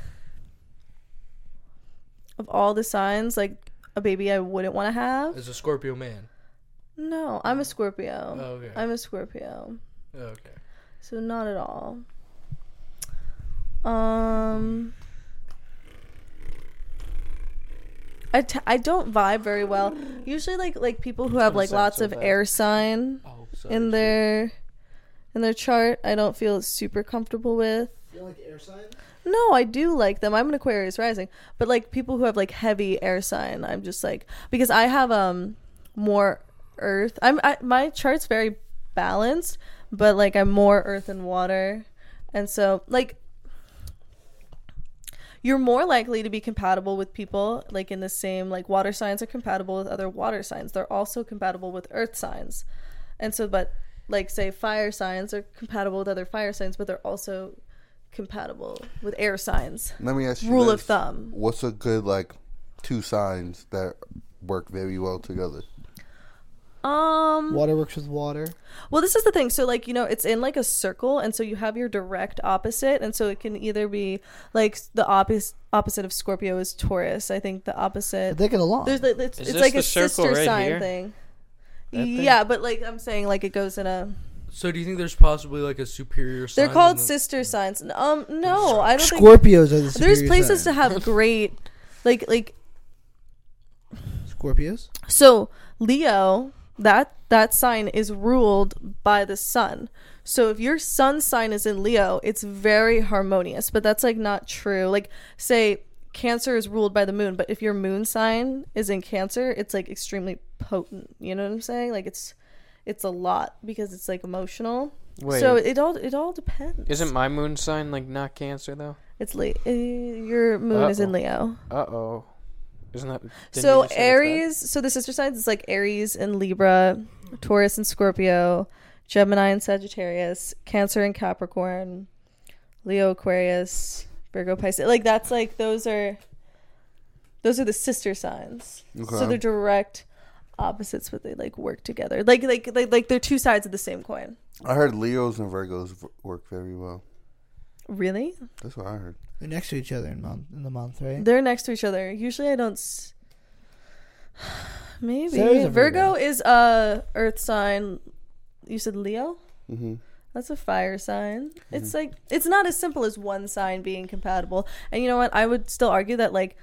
Speaker 3: of all the signs like a baby I wouldn't want to have.
Speaker 4: As a Scorpio man.
Speaker 3: No, I'm a Scorpio.
Speaker 4: Oh, okay.
Speaker 3: Um,
Speaker 4: Oh,
Speaker 3: I'm a Scorpio.
Speaker 4: okay.
Speaker 3: So not at all. Um I, t- I don't vibe very well. Usually like like people who have
Speaker 4: gonna
Speaker 3: like
Speaker 4: sound
Speaker 3: lots
Speaker 4: so
Speaker 3: of
Speaker 4: bad.
Speaker 3: air sign
Speaker 4: Oh, so
Speaker 3: in their in their chart, I don't feel super comfortable with.
Speaker 2: like air sign?
Speaker 3: No, I do like them. I'm an Aquarius rising, but like people who have like heavy air sign, I'm just like because I have um more earth. I'm I, my chart's very balanced, but like I'm more earth and water, and so like you're more likely to be compatible with people like in the same like water signs are compatible with other water signs. They're also compatible with earth signs, and so but like say fire signs are compatible with other fire signs, but they're also compatible with air signs.
Speaker 5: Let me ask you
Speaker 3: Rule of
Speaker 5: this.
Speaker 3: thumb.
Speaker 5: What's a good, like, two signs that work very well together?
Speaker 3: Um
Speaker 2: Water works with water.
Speaker 3: well this is the thing. So like, you know, it's in like a circle and so you have your direct opposite and so it can either be like the opposite opposite of Scorpio is Taurus. I think the opposite
Speaker 2: But they get along.
Speaker 3: There's like it's,
Speaker 1: Is
Speaker 3: it's
Speaker 1: this
Speaker 3: like
Speaker 1: the
Speaker 3: a
Speaker 1: circle
Speaker 3: sister
Speaker 1: right
Speaker 3: sign
Speaker 1: here?
Speaker 3: thing.
Speaker 1: That thing?
Speaker 3: Yeah, but like I'm saying like it goes in a
Speaker 4: So do you think there's possibly like a superior sign?
Speaker 3: They're called
Speaker 4: in the-
Speaker 3: sister signs. Um no, I don't think
Speaker 2: Scorpios are the
Speaker 3: there's
Speaker 2: superior
Speaker 3: places
Speaker 2: sign.
Speaker 3: to have great like like
Speaker 2: Scorpios.
Speaker 3: So Leo, that that sign is ruled by the sun. So if your sun sign is in Leo, it's very harmonious, but that's like not true. Like say Cancer is ruled by the moon, but if your moon sign is in Cancer, it's like extremely potent. You know what I'm saying? Like it's it's a lot because it's like emotional.
Speaker 1: Wait.
Speaker 3: So it all it all depends.
Speaker 1: Isn't my moon sign like not Cancer though?
Speaker 3: it's late? Uh, your moon is in
Speaker 1: Uh-oh.
Speaker 3: Leo.
Speaker 1: Uh oh. Isn't that didn't you
Speaker 3: so
Speaker 1: just say that's that?
Speaker 3: Aries, so the sister signs is like Aries and Libra, Taurus and Scorpio, Gemini and Sagittarius, Cancer and Capricorn, Leo, Aquarius, Virgo, Pisces. Like that's like those are those are the sister signs. So
Speaker 5: Okay.
Speaker 3: they're direct opposites, but they like work together. Like like like like they're two sides of the same coin.
Speaker 5: I heard Leos and Virgos v- work very well.
Speaker 3: Really?
Speaker 5: That's what I heard.
Speaker 2: They're next to each other in month in the month, right?
Speaker 3: They're next to each other. Usually I don't. S- Maybe
Speaker 2: Sarah's
Speaker 3: Virgo.
Speaker 2: a Virgo.
Speaker 3: is a Earth sign. You said Leo.
Speaker 5: hmm
Speaker 3: That's a fire sign.
Speaker 2: Mm-hmm.
Speaker 3: It's like it's not as simple as one sign being compatible. And you know what? I would still argue that like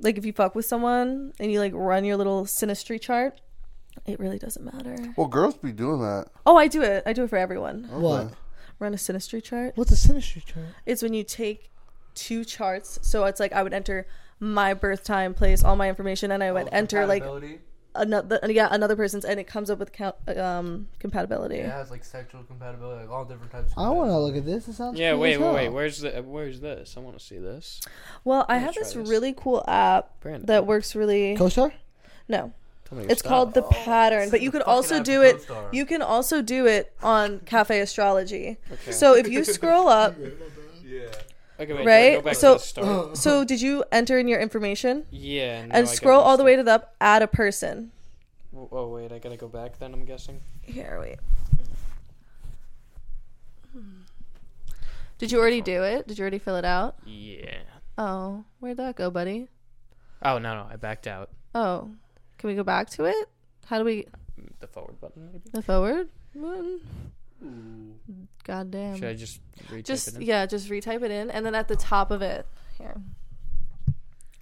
Speaker 3: like if you fuck with someone and you like run your little sinistry chart, It really doesn't matter.
Speaker 5: Well, girls be doing that.
Speaker 3: Oh, I do it. I do it for everyone.
Speaker 5: Okay.
Speaker 2: What?
Speaker 3: Run a sinistry chart.
Speaker 2: What's a sinistry chart?
Speaker 3: It's when you take two charts. So it's like I would enter my birth time, place, all my information, and I would enter like
Speaker 4: Oh, compatibility?
Speaker 3: another, yeah, another person's, and it comes up with count, um, compatibility.
Speaker 4: Yeah, it has like sexual compatibility, like all different types. Of
Speaker 2: I want to
Speaker 4: compatibility.
Speaker 2: look at this. It sounds
Speaker 1: Yeah,
Speaker 2: cool
Speaker 1: wait,
Speaker 2: as
Speaker 1: wait,
Speaker 2: hell.
Speaker 1: wait. Where's the where's this? I want to see this.
Speaker 3: Well, I
Speaker 1: I'm
Speaker 3: have
Speaker 1: gonna
Speaker 3: this
Speaker 1: try this.
Speaker 3: really cool app
Speaker 1: Brandon,
Speaker 3: that works really.
Speaker 2: CoStar?
Speaker 3: No,
Speaker 1: tell me your
Speaker 3: it's
Speaker 1: style.
Speaker 3: called the pattern, but you
Speaker 4: Oh, the
Speaker 3: can
Speaker 4: fucking
Speaker 3: also
Speaker 4: app
Speaker 3: do
Speaker 4: of
Speaker 3: it.
Speaker 4: CoStar.
Speaker 3: You can also do it on Cafe Astrology. So if you scroll up,
Speaker 4: Yeah.
Speaker 1: Okay, wait, do I
Speaker 3: right?
Speaker 1: Go back
Speaker 3: So-
Speaker 1: to the start.
Speaker 3: so did you enter in your information
Speaker 1: yeah, now I
Speaker 3: and
Speaker 1: got
Speaker 3: scroll all the way
Speaker 1: messed
Speaker 3: to the up, add a person?
Speaker 1: up. Oh wait, I gotta go back then. I'm guessing.
Speaker 3: Here, wait. Did you already do it? Did you already fill it out?
Speaker 1: Yeah.
Speaker 3: Oh, where'd that go, buddy?
Speaker 1: Oh no, no, I backed out.
Speaker 3: Oh, can we go back to it? How do we
Speaker 1: The forward button, maybe.
Speaker 3: the forward? Mm. God damn.
Speaker 1: Should I just retype it
Speaker 3: Um, just
Speaker 1: in?
Speaker 3: yeah, just retype it in, and then at the top of it, here.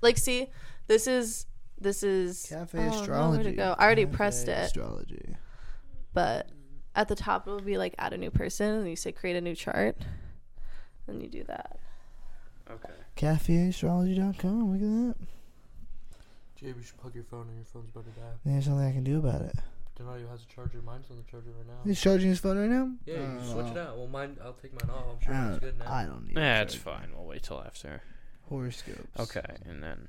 Speaker 3: Like, see, this is this is
Speaker 2: Cafe
Speaker 3: I don't know where
Speaker 2: Astrology.
Speaker 3: Oh, to go. I already pressed it,
Speaker 2: Astrology.
Speaker 3: but at the top it will be like add a new person, and you say create a new chart, and you do that.
Speaker 2: CafeAstrology.com. Look at that.
Speaker 4: Jay, we should plug your phone, and your phone's about to die.
Speaker 2: There's nothing I can do about it.
Speaker 4: Denario has a charger. Mine's on the charger right now.
Speaker 2: He's charging his phone right now?
Speaker 4: Yeah, you can
Speaker 2: Oh.
Speaker 4: switch it out. Well, mine, I'll take mine off. I'm sure
Speaker 2: I
Speaker 4: mine's good
Speaker 2: don't,
Speaker 4: now.
Speaker 2: Uh, I don't need
Speaker 1: Yeah,
Speaker 2: to
Speaker 1: it's
Speaker 2: charge.
Speaker 1: fine. We'll wait till after.
Speaker 2: Horoscopes.
Speaker 1: Okay, and then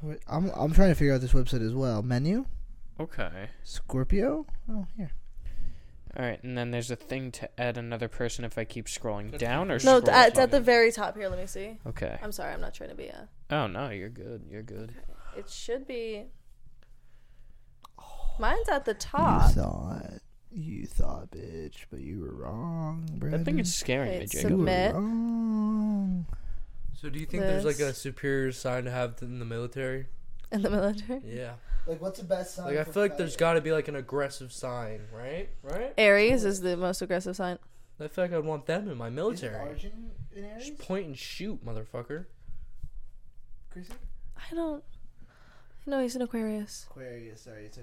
Speaker 2: Wait, I'm, I'm trying to figure out this website as well. Menu?
Speaker 1: okay,
Speaker 2: Scorpio? Oh, here.
Speaker 1: all right, and then there's a thing to add another person if I keep scrolling down or
Speaker 3: No,
Speaker 1: scroll
Speaker 3: th- at- it's
Speaker 1: to-
Speaker 3: at the very top here. Let me see.
Speaker 1: Okay.
Speaker 3: I'm sorry, I'm not trying to be a.
Speaker 1: Oh no, you're good. You're good.
Speaker 3: It should be. Mine's at the top.
Speaker 2: You thought. You thought, bitch, but you were wrong, Brandon.
Speaker 1: That thing is scaring
Speaker 3: Okay,
Speaker 1: me,
Speaker 3: it's
Speaker 1: Jacob.
Speaker 2: You were
Speaker 3: Submit.
Speaker 2: wrong.
Speaker 4: So, do you think there's like a
Speaker 3: This.
Speaker 4: superior sign to have in the military?
Speaker 3: In the military.
Speaker 4: Yeah.
Speaker 2: Like, what's the best sign?
Speaker 4: Like, I feel like there's got to be like an aggressive sign, right? Right?
Speaker 3: Aries is the most aggressive sign.
Speaker 4: I feel like I'd want them in my military. Just point and shoot, motherfucker.
Speaker 3: I don't. No, he's an Aquarius.
Speaker 2: Aquarius, sorry, it's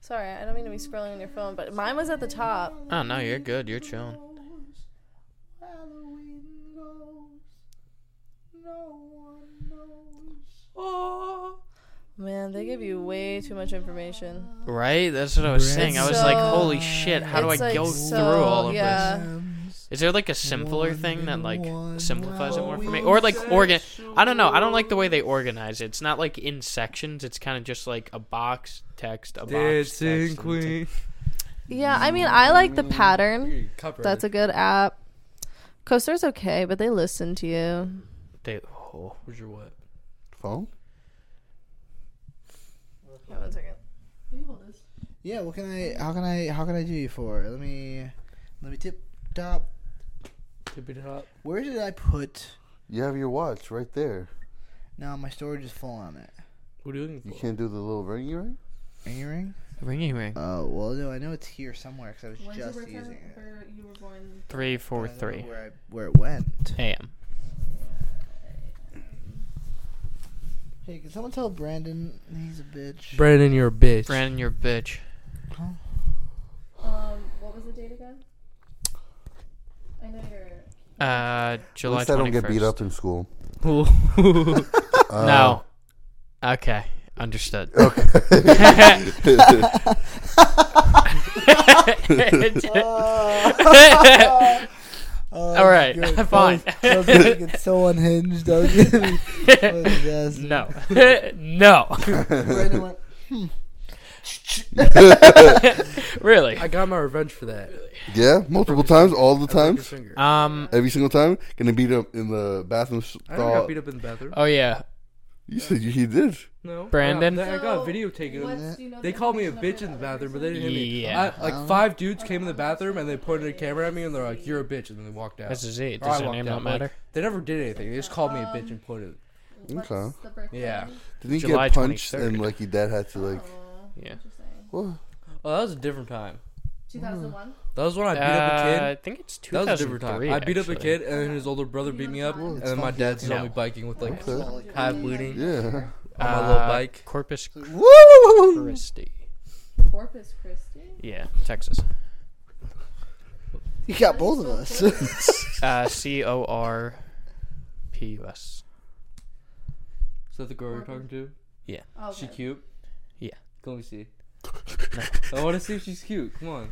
Speaker 3: Sorry, I don't mean to be scrolling on your phone, but mine was at the top.
Speaker 1: Oh no, you're good. You're chilling.
Speaker 3: Man, they give you way too much information.
Speaker 1: Right? That's what I was saying. I was like,
Speaker 3: So-
Speaker 1: holy shit, how do I
Speaker 3: It's like
Speaker 1: go
Speaker 3: so-
Speaker 1: through all of this?
Speaker 3: yeah.
Speaker 1: Is there like a simpler thing that like
Speaker 2: One
Speaker 1: simplifies it more for me? Or like organ I don't know. I don't like the way they organize it. It's not like in sections. It's kind of just like a box text, a box text. and it's like-
Speaker 3: Yeah, I mean, I like the pattern.
Speaker 4: You're copyrighted.
Speaker 3: That's a good app. Coaster's okay, but they listen to you.
Speaker 1: They, oh.
Speaker 4: Where's your what?
Speaker 5: Phone?
Speaker 3: one second.
Speaker 2: Yeah, what can I? How can I? How can I do you for? Let me, let me tip top.
Speaker 4: Tippy top.
Speaker 2: Where did I put?
Speaker 5: You have your watch right there.
Speaker 2: No, my storage is full on it.
Speaker 4: What are you looking
Speaker 5: You
Speaker 4: for?
Speaker 5: can't do the little ringy ring?
Speaker 2: Ring ring.
Speaker 1: Ringy ring.
Speaker 2: Oh well, no, I know it's here somewhere because I was just using it.
Speaker 3: you were born?
Speaker 1: Three
Speaker 2: But I
Speaker 1: four
Speaker 2: don't know
Speaker 1: three
Speaker 2: Where I, where it went?
Speaker 1: a.m.
Speaker 2: Hey, can someone tell Brandon he's a bitch?
Speaker 4: Brandon, you're a bitch.
Speaker 1: Brandon, you're a bitch.
Speaker 3: Um, what was the date again? I know you're.
Speaker 1: Uh,
Speaker 5: At
Speaker 1: July.
Speaker 5: least I don't get beat
Speaker 1: 21st.
Speaker 5: up Uh, in school.
Speaker 1: no. Okay, understood.
Speaker 2: Uh, Oh,
Speaker 1: All right,
Speaker 2: good.
Speaker 1: fine.
Speaker 2: That was- that was gonna get so unhinged. That was gonna be- that was just-
Speaker 1: no, no,
Speaker 2: Brandon went,
Speaker 1: really.
Speaker 4: I got my revenge for that.
Speaker 5: Yeah, multiple times, all the
Speaker 4: I broke your
Speaker 5: times.
Speaker 4: finger.
Speaker 1: Um.
Speaker 5: Every single time, getting beat up in the bathroom
Speaker 4: I never got
Speaker 5: stall.
Speaker 4: beat up in the bathroom.
Speaker 1: Oh yeah,
Speaker 5: You said you, he did.
Speaker 4: No. I got-
Speaker 1: Brandon?
Speaker 4: I got video taken. of it. They called me a bitch in the bathroom, but they didn't hit me.
Speaker 1: Yeah.
Speaker 4: I, like five dudes came in the bathroom and they pointed a camera at me and they're like, "You're a bitch," and then they walked out.
Speaker 1: that's a Z.
Speaker 4: Or
Speaker 1: Does
Speaker 4: I
Speaker 1: your
Speaker 4: walked
Speaker 1: name
Speaker 4: out,
Speaker 1: not
Speaker 4: like,
Speaker 1: matter?
Speaker 4: they never did anything. They just called me a bitch and pointed.
Speaker 5: Okay.
Speaker 4: Yeah.
Speaker 5: Didn't he
Speaker 1: July
Speaker 5: get punched
Speaker 1: 23rd.
Speaker 5: and like your dad had
Speaker 3: Oh,
Speaker 5: to like.
Speaker 1: Yeah.
Speaker 5: What?
Speaker 4: Oh, that was a different time.
Speaker 3: 2001.
Speaker 4: That was when I beat up a kid.
Speaker 1: Uh, I think it's
Speaker 4: That was a different time.
Speaker 1: 2003.
Speaker 4: I beat up a
Speaker 1: actually.
Speaker 4: kid, and then his older brother beat me up, and then my dad saw me biking with like
Speaker 5: Okay.
Speaker 4: high bleeding.
Speaker 5: Yeah.
Speaker 4: on my little
Speaker 1: Uh,
Speaker 4: bike.
Speaker 1: Corpus
Speaker 5: Woo!
Speaker 1: Christi.
Speaker 3: Corpus Christi.
Speaker 1: Yeah, Texas.
Speaker 2: You got both of us.
Speaker 1: Uh, C O R P U S.
Speaker 4: Is that the girl you're talking to?
Speaker 3: Oh,
Speaker 4: She cute?
Speaker 1: Yeah.
Speaker 4: Let me see. I want to see if she's cute. Come on.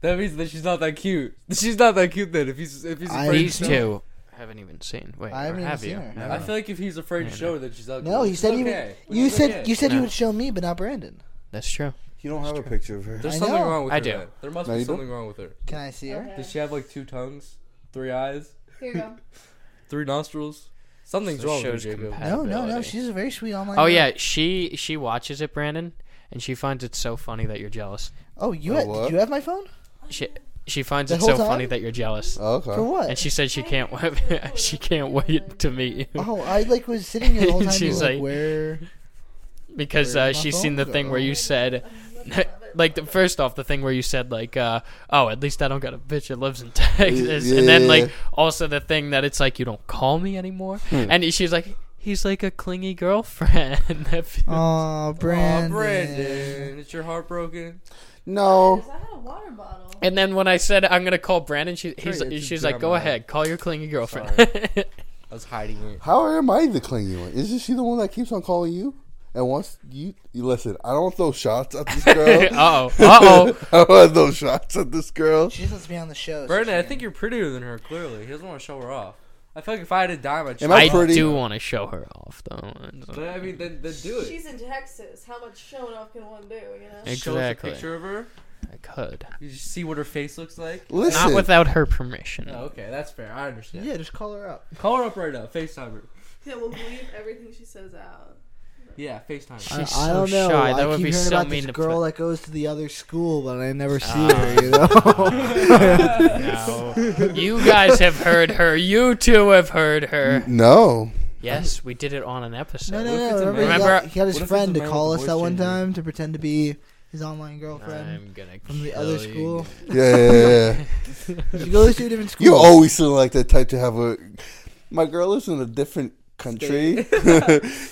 Speaker 4: That means that she's not that cute. She's not that cute then. If he's if he's
Speaker 2: I-
Speaker 4: afraid,
Speaker 1: These
Speaker 4: to show-
Speaker 1: two haven't even seen. Wait,
Speaker 2: I
Speaker 1: or
Speaker 2: haven't even
Speaker 1: have
Speaker 2: seen
Speaker 1: you?
Speaker 2: her.
Speaker 1: Never
Speaker 4: I
Speaker 1: mind.
Speaker 4: feel like if he's afraid
Speaker 1: Yeah,
Speaker 4: to show her that she's ugly,
Speaker 2: no, he
Speaker 4: it's
Speaker 2: said you.
Speaker 4: okay, which
Speaker 2: you
Speaker 4: is
Speaker 2: said
Speaker 4: okay.
Speaker 2: you said you
Speaker 1: No.
Speaker 2: would show me, but not Brandon.
Speaker 1: That's true.
Speaker 5: You don't have a picture of her.
Speaker 4: There's
Speaker 2: I
Speaker 4: something
Speaker 2: know.
Speaker 4: wrong with
Speaker 1: I
Speaker 4: her.
Speaker 1: do.
Speaker 4: man. There must
Speaker 5: No,
Speaker 4: be
Speaker 5: you don't.
Speaker 4: something wrong with her.
Speaker 2: Can I see her?
Speaker 3: Okay.
Speaker 4: Does she have like two tongues, three eyes,
Speaker 3: Here you go.
Speaker 4: three nostrils? Something's
Speaker 1: This
Speaker 4: wrong with her,
Speaker 1: shows
Speaker 4: Jacob.
Speaker 1: compa-
Speaker 2: No, no, no.
Speaker 1: Ability.
Speaker 2: She's a very sweet online.
Speaker 1: Oh
Speaker 2: girl.
Speaker 1: yeah, she she watches it, Brandon, and she finds it so funny that you're jealous.
Speaker 2: Oh, you
Speaker 5: Oh,
Speaker 2: had,
Speaker 5: what?
Speaker 2: did you have my phone?
Speaker 1: She she finds
Speaker 2: The
Speaker 1: it
Speaker 2: whole
Speaker 1: so
Speaker 2: time?
Speaker 1: funny that you're jealous,
Speaker 5: Oh, okay.
Speaker 2: For what?
Speaker 1: and she said she can't wait. she can't wait to meet you
Speaker 2: oh, I like was sitting here the whole time.
Speaker 1: She's
Speaker 2: She's like,
Speaker 1: like-
Speaker 2: where?
Speaker 1: because
Speaker 2: Where
Speaker 1: uh,
Speaker 2: did my
Speaker 1: she's seen the
Speaker 2: phone
Speaker 1: thing where
Speaker 2: go?
Speaker 1: you said. like the, first off, the thing where you said like, uh, "Oh, at least I don't got a bitch that lives in Texas," and then like
Speaker 5: yeah. Hmm.
Speaker 1: also the thing that it's like you don't call me anymore, and she's like, "He's like a clingy girlfriend." that feels-
Speaker 2: Oh, Brandon.
Speaker 4: Aw, Brandon, it's your heartbroken.
Speaker 5: No.
Speaker 3: I had a water bottle.
Speaker 1: And then when I said I'm gonna call Brandon, she, he's,
Speaker 4: Sorry, it's
Speaker 1: she's
Speaker 4: a
Speaker 1: like, "Go
Speaker 4: drama.
Speaker 1: ahead, call your clingy girlfriend."
Speaker 4: I was hiding it.
Speaker 5: How am I the clingy one? Isn't she the one that keeps on calling you? And once you, you listen, I don't throw shots at this
Speaker 1: uh
Speaker 5: girl.
Speaker 1: oh, uh oh.
Speaker 5: I don't throw shots at this girl.
Speaker 2: She just wants to be on the show. so
Speaker 4: Brandon, I
Speaker 2: she
Speaker 4: think you're prettier than her. Clearly, he doesn't want to show her off. I feel like if I had a dime, I'd.
Speaker 5: Am
Speaker 4: show her
Speaker 5: I
Speaker 1: I
Speaker 4: off.
Speaker 5: pretty?
Speaker 1: do want to show her off though.
Speaker 4: But I mean, then, then do it.
Speaker 3: She's in Texas. How much showing off can one do? You know.
Speaker 1: Ex-
Speaker 4: Show us a
Speaker 1: Exactly.
Speaker 4: picture of her.
Speaker 1: I could
Speaker 4: You just see what her face looks like.
Speaker 5: Listen,
Speaker 1: not without her permission.
Speaker 4: Oh, okay, that's fair. I
Speaker 2: can-
Speaker 4: understand.
Speaker 2: Yeah, just call her up.
Speaker 4: Call her up right now. FaceTime her.
Speaker 3: Yeah, we'll believe everything she says out.
Speaker 4: Yeah, FaceTime her.
Speaker 1: She's
Speaker 2: I, I
Speaker 1: so
Speaker 2: don't know.
Speaker 1: shy.
Speaker 2: I
Speaker 1: That
Speaker 2: keep
Speaker 1: would be
Speaker 2: hearing
Speaker 1: so
Speaker 2: about
Speaker 1: mean
Speaker 2: this
Speaker 1: to
Speaker 2: girl
Speaker 1: put-
Speaker 2: that goes to the other school, but I never see
Speaker 1: Ah.
Speaker 2: her. You know.
Speaker 1: No. you guys have heard her. You two have heard her.
Speaker 5: no.
Speaker 1: Yes, we did it on an episode.
Speaker 2: no, no,
Speaker 4: What if
Speaker 2: no.
Speaker 4: it's a
Speaker 2: Remember, he
Speaker 1: man?
Speaker 2: got, he got
Speaker 4: What if
Speaker 2: his
Speaker 4: it's
Speaker 2: friend
Speaker 4: a
Speaker 2: to
Speaker 4: man
Speaker 2: call
Speaker 4: with a
Speaker 2: us that
Speaker 4: voice
Speaker 2: one
Speaker 4: changer?
Speaker 2: time to pretend to be his online girlfriend.
Speaker 1: I'm gonna
Speaker 2: From the other
Speaker 1: kill you.
Speaker 2: school.
Speaker 5: Yeah, yeah, yeah.
Speaker 2: She goes to a different school.
Speaker 5: You always seem like the type to have a. My girl lives in a different country.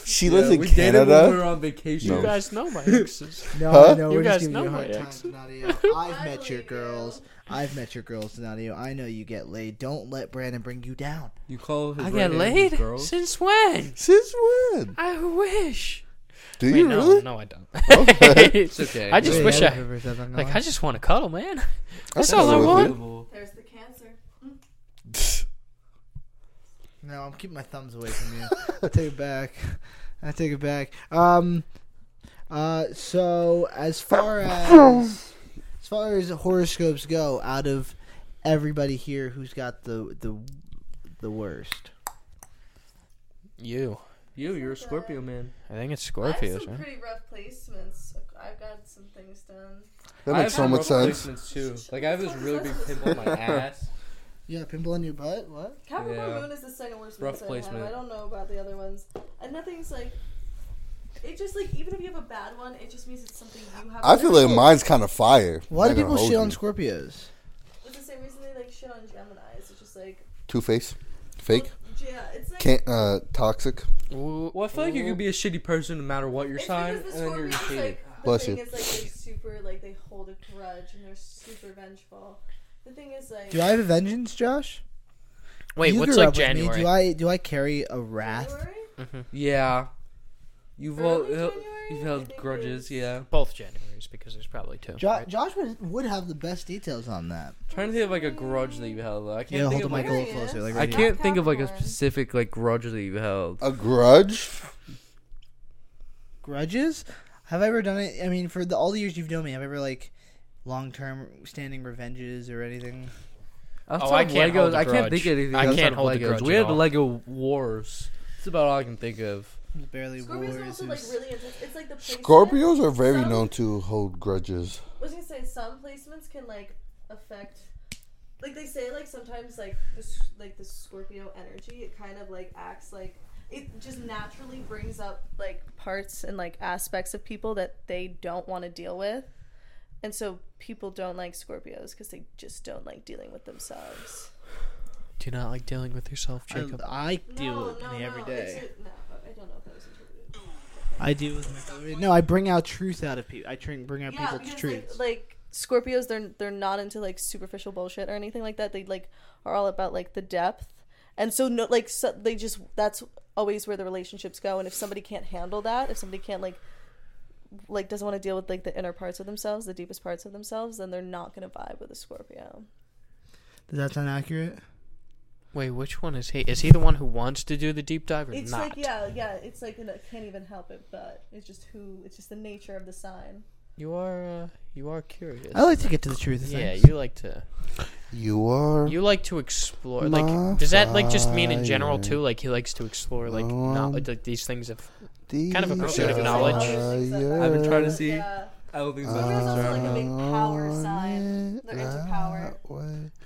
Speaker 5: she lives in
Speaker 4: we dated when we
Speaker 5: Canada.
Speaker 4: were on vacation.
Speaker 1: You
Speaker 5: No.
Speaker 1: guys know my exes.
Speaker 2: No,
Speaker 5: Huh?
Speaker 2: no,
Speaker 1: You
Speaker 2: we're
Speaker 1: guys
Speaker 2: just giving
Speaker 1: know
Speaker 2: you a
Speaker 1: my
Speaker 2: hard time,
Speaker 1: ex.
Speaker 2: Donadio. I've
Speaker 3: I
Speaker 2: met your
Speaker 3: believe you.
Speaker 2: girls. I've met your girls, Donadio. I know you get laid. Don't let Brandon bring you down.
Speaker 4: You call his
Speaker 1: I
Speaker 4: right
Speaker 1: got
Speaker 4: hand
Speaker 1: laid.
Speaker 4: girl.
Speaker 1: Since when?
Speaker 5: Since when?
Speaker 1: I wish.
Speaker 5: Do
Speaker 1: Wait,
Speaker 5: you
Speaker 1: no,
Speaker 5: really?
Speaker 1: no, I don't.
Speaker 5: Okay.
Speaker 4: It's okay.
Speaker 1: I just
Speaker 2: Wait,
Speaker 1: wish
Speaker 2: I
Speaker 1: I-
Speaker 2: don't remember if I'm
Speaker 1: like
Speaker 2: going.
Speaker 1: I just want to cuddle, man.
Speaker 5: That's
Speaker 1: That's all I
Speaker 5: not
Speaker 1: want.
Speaker 3: There's the cancer.
Speaker 2: No, I'm keeping my thumbs away from you. I take it back. I take it back. Um, uh, so as far as as far as horoscopes go, out of everybody here, who's got the the the worst?
Speaker 1: You.
Speaker 4: You, you're a Scorpio man.
Speaker 1: I think it's
Speaker 3: I have
Speaker 1: Scorpios,
Speaker 3: some
Speaker 1: right?
Speaker 3: pretty rough placements. I've got some things done.
Speaker 5: That
Speaker 4: I
Speaker 5: makes
Speaker 4: have
Speaker 5: so much
Speaker 4: rubber
Speaker 5: sense.
Speaker 4: placements, Too. Like I have this really big pimple on my ass.
Speaker 2: You got a pimple on your butt? What?
Speaker 3: Capricorn
Speaker 4: Yeah.
Speaker 3: Moon is the second worst
Speaker 4: Rough
Speaker 3: place I
Speaker 4: placement.
Speaker 3: have. I don't know about the other ones. And nothing's like. It just like even if you have a bad one, it just means it's something you have.
Speaker 5: I feel like mine's kind of fire.
Speaker 2: Why
Speaker 5: I'm
Speaker 2: do
Speaker 5: not
Speaker 2: people
Speaker 5: gonna hold
Speaker 2: shit on
Speaker 5: you.
Speaker 2: Scorpios?
Speaker 3: It's the same reason they like shit on Gemini's. It's just like
Speaker 5: Two Face? Fake?
Speaker 3: yeah, it's like
Speaker 5: Can't, uh, toxic?
Speaker 1: Ooh,
Speaker 4: Well, I feel like you could be a shitty person no matter what your
Speaker 3: It's
Speaker 4: sign, and
Speaker 3: because the
Speaker 4: then you're
Speaker 3: Scorpios,
Speaker 4: just hated.
Speaker 3: like, the
Speaker 5: Bless
Speaker 3: thing
Speaker 5: you.
Speaker 3: Is, like, they're super, like, they hold a grudge and they're super vengeful. The thing is, like,
Speaker 2: Do I have a vengeance, Josh?
Speaker 1: wait,
Speaker 2: You
Speaker 1: what's
Speaker 2: grew
Speaker 1: like
Speaker 2: up with me.
Speaker 1: January?
Speaker 2: Do I do I carry a wrath?
Speaker 3: January?
Speaker 4: Yeah. You've all,
Speaker 3: Early
Speaker 4: you've
Speaker 3: January, I
Speaker 4: held
Speaker 3: think it
Speaker 4: grudges,
Speaker 3: is.
Speaker 4: yeah.
Speaker 1: Both Januaries, because there's probably two.
Speaker 2: Jo-
Speaker 1: right?
Speaker 2: Josh would, would have the best details on that.
Speaker 4: trying to think of like a grudge that you held. Though. I can't
Speaker 2: Yeah, hold
Speaker 4: think
Speaker 2: on
Speaker 4: of
Speaker 2: my
Speaker 4: like,
Speaker 2: goal
Speaker 3: Aquarius.
Speaker 2: closer. Like
Speaker 4: I
Speaker 2: right here.
Speaker 4: can't think of like a
Speaker 3: Capricorn.
Speaker 4: specific like grudge that you held.
Speaker 5: A grudge?
Speaker 2: grudges? Have I ever done it? I mean, for the, all the years you've known me, have I ever like long term standing revenges or anything?
Speaker 1: Oh, I can't
Speaker 4: Legos,
Speaker 1: hold a
Speaker 4: I can't think of
Speaker 1: grudge.
Speaker 4: anything.
Speaker 1: I
Speaker 4: outside
Speaker 1: can't
Speaker 4: of
Speaker 1: hold a
Speaker 4: Legos.
Speaker 1: grudge
Speaker 4: We
Speaker 1: at
Speaker 4: had
Speaker 1: all.
Speaker 4: Lego wars. That's about all I can think of.
Speaker 2: Barely
Speaker 3: Scorpios are
Speaker 2: wars.
Speaker 3: also, like,
Speaker 2: is-
Speaker 3: really intense. It's like the placement-
Speaker 5: Scorpios are very
Speaker 3: Some-
Speaker 5: known to hold grudges.
Speaker 3: I was gonna say some placements can like affect, like they say, like sometimes like this, like the Scorpio energy, it kind of like acts like it just naturally brings up like parts and like aspects of people that they don't want to deal with. And so people don't like Scorpios because they just don't like dealing with themselves.
Speaker 1: Do you not like dealing with yourself, Jacob?
Speaker 2: I, I deal with me every
Speaker 3: no.
Speaker 2: day.
Speaker 3: It's a- no, I don't know if that was interpreted.
Speaker 2: I deal with my no. I bring out truth out of people. I try and bring out
Speaker 6: Yeah,
Speaker 2: people's
Speaker 6: because
Speaker 2: truths.
Speaker 6: like, like
Speaker 3: Scorpios, they're they're not into like superficial bullshit or anything like that. They like are all about like the depth, and so no, like so, they just that's always where the relationships go. And if somebody can't handle that, if somebody can't like like doesn't want to deal with like the inner parts of themselves, the deepest parts of themselves, then they're not gonna vibe with a Scorpio.
Speaker 2: Does that sound accurate?
Speaker 1: Wait, which one is he? Is he the one who wants to do the deep dive or
Speaker 6: it's
Speaker 1: not?
Speaker 6: like yeah, yeah. It's like and I can't even help it, but it's just who. It's just the nature of the sign.
Speaker 1: You are uh, you are curious.
Speaker 2: I like to get to the truth. of
Speaker 1: yeah,
Speaker 2: things.
Speaker 1: you like to
Speaker 5: You are.
Speaker 1: you like to explore.
Speaker 5: My
Speaker 1: Like, does that like just mean in general
Speaker 5: fire.
Speaker 1: too? Like he likes to explore like
Speaker 5: No,
Speaker 1: no,
Speaker 5: um,
Speaker 1: like these things of kind of a pursuit of
Speaker 5: desire.
Speaker 1: knowledge.
Speaker 5: Uh,
Speaker 4: I've been trying to see.
Speaker 6: Yeah.
Speaker 4: I don't think so.
Speaker 2: Uh,
Speaker 6: Scorpio's also like a big power sign. They're into power.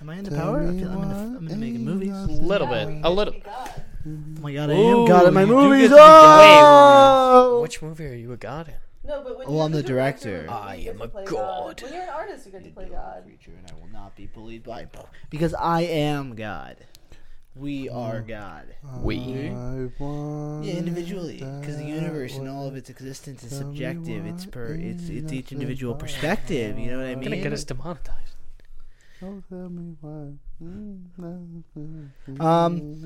Speaker 2: Am I into
Speaker 5: Tell
Speaker 2: power? I
Speaker 5: me
Speaker 2: feel I'm into, I'm into making
Speaker 5: why
Speaker 2: movies.
Speaker 1: a little bit, a little.
Speaker 6: God.
Speaker 2: Oh my god, I
Speaker 4: Ooh,
Speaker 2: am god at my
Speaker 4: you do get
Speaker 2: movies. Ah!
Speaker 4: to be
Speaker 2: Oh!
Speaker 1: Which movie are you a god in?
Speaker 6: No, but when
Speaker 2: Well,
Speaker 6: you're
Speaker 2: I'm the director.
Speaker 6: you
Speaker 1: I
Speaker 6: get
Speaker 1: am
Speaker 6: to
Speaker 1: a
Speaker 6: play
Speaker 1: god.
Speaker 6: When you're an artist, you get to play God.
Speaker 2: Creature, and I will not be bullied by because I am God. We are God.
Speaker 1: We.
Speaker 2: Yeah, individually, because the universe and all of its existence is subjective. It's per, it's it's each individual perspective. You know what I
Speaker 1: I'm gonna
Speaker 2: mean?
Speaker 1: get us demonetized.
Speaker 5: Um.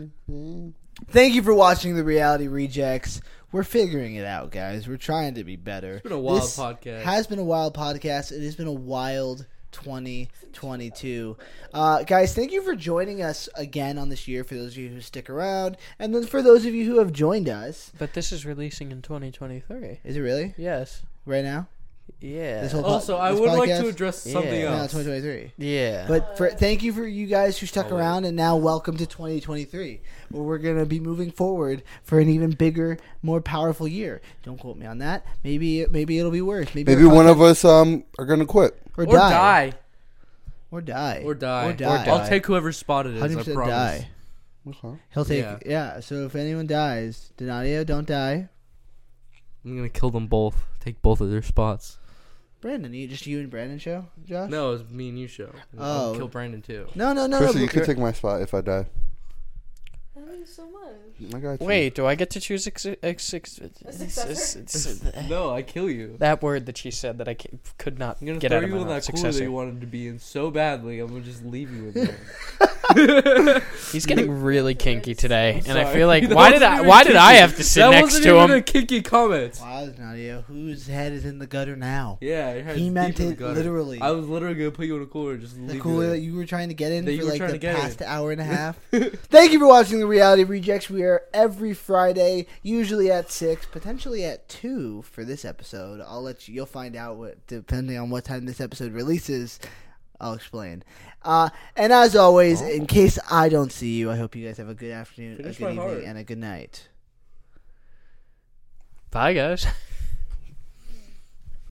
Speaker 2: Thank you for watching the Reality Rejects. We're figuring it out, guys. We're trying to be better. It's
Speaker 4: been a wild podcast.
Speaker 2: Has been a wild podcast. It has been a wild 2022. Uh, guys, thank you for joining us again on this year. For those of you who stick around, and then for those of you who have joined us,
Speaker 1: But this is releasing in 2023.
Speaker 2: is it really
Speaker 1: Yes.
Speaker 2: right now?
Speaker 1: Yeah.
Speaker 2: This whole-
Speaker 4: Also, I
Speaker 2: This
Speaker 4: would like
Speaker 2: podcast?
Speaker 4: to address uh, something
Speaker 1: Yeah.
Speaker 2: No,
Speaker 4: else.
Speaker 2: 2023.
Speaker 1: yeah.
Speaker 2: But for, thank you for you guys who stuck
Speaker 4: Oh, wait.
Speaker 2: around, and now welcome to 2023, where we're gonna be moving forward for an even bigger, more powerful year. Don't quote me on that. Maybe maybe it'll be worse. Maybe,
Speaker 5: Maybe
Speaker 2: our
Speaker 5: one
Speaker 2: podcast-
Speaker 5: of us um are gonna quit.
Speaker 2: or,
Speaker 4: or
Speaker 2: die.
Speaker 4: die.
Speaker 2: or die
Speaker 4: Or die.
Speaker 2: or die.
Speaker 4: I'll take whoever spot it is.
Speaker 2: Hundred
Speaker 4: I
Speaker 2: percent
Speaker 4: promise.
Speaker 2: die.
Speaker 5: Okay.
Speaker 2: He'll take yeah.
Speaker 4: Yeah.
Speaker 2: So if anyone dies, Donadio, don't die.
Speaker 4: I'm gonna kill them both. Take both of their spots.
Speaker 2: Brandon, you just you and Brandon show Josh.
Speaker 4: No, it's me and you show.
Speaker 2: Oh.
Speaker 4: I'll kill Brandon too.
Speaker 2: no, no, no.
Speaker 5: Crystal,
Speaker 2: no
Speaker 5: you could take my spot if I die.
Speaker 6: That means so much.
Speaker 5: I got you.
Speaker 1: Wait, do I get to choose ex- ex- ex-
Speaker 6: successor?
Speaker 1: ex- ex-
Speaker 4: No, I kill you.
Speaker 1: that word that she said that I ca- could not
Speaker 4: I'm gonna
Speaker 1: get
Speaker 4: throw
Speaker 1: out of
Speaker 4: you
Speaker 1: my
Speaker 4: in
Speaker 1: mouth?
Speaker 4: that cooler that
Speaker 1: successor.
Speaker 4: you wanted to be in so badly. I'm gonna just leave you in there.
Speaker 1: He's getting really kinky today, and I
Speaker 4: Sorry.
Speaker 1: feel like
Speaker 4: That
Speaker 1: why did
Speaker 4: wasn't
Speaker 1: I
Speaker 4: even
Speaker 1: why did I
Speaker 4: kinky.
Speaker 1: have to sit
Speaker 4: that
Speaker 1: next
Speaker 4: wasn't
Speaker 1: to
Speaker 4: even A
Speaker 1: him?
Speaker 4: kinky comment.
Speaker 2: Wow, Donadio, whose head is in the gutter now?
Speaker 4: Yeah, your head's
Speaker 2: he meant
Speaker 4: deep in the
Speaker 2: it
Speaker 4: gutter.
Speaker 2: literally.
Speaker 4: I was literally gonna put you in a cooler. and Just leave
Speaker 2: the
Speaker 4: you
Speaker 2: cooler
Speaker 4: there.
Speaker 2: that you were trying to get in
Speaker 4: That you
Speaker 2: for
Speaker 4: were
Speaker 2: like
Speaker 4: trying
Speaker 2: the
Speaker 4: to get
Speaker 2: past
Speaker 4: in.
Speaker 2: hour and a half. Thank you for watching the Reality Rejects. We are every Friday, usually at six, potentially at two for this episode. I'll let you. You'll find out what depending on what time this episode releases. I'll explain. Uh, and as always, in case I don't see you, I hope you guys have a good afternoon,
Speaker 4: Oh. Finish
Speaker 2: a good
Speaker 4: my
Speaker 2: evening,
Speaker 4: heart.
Speaker 2: and a good night.
Speaker 1: Bye, guys.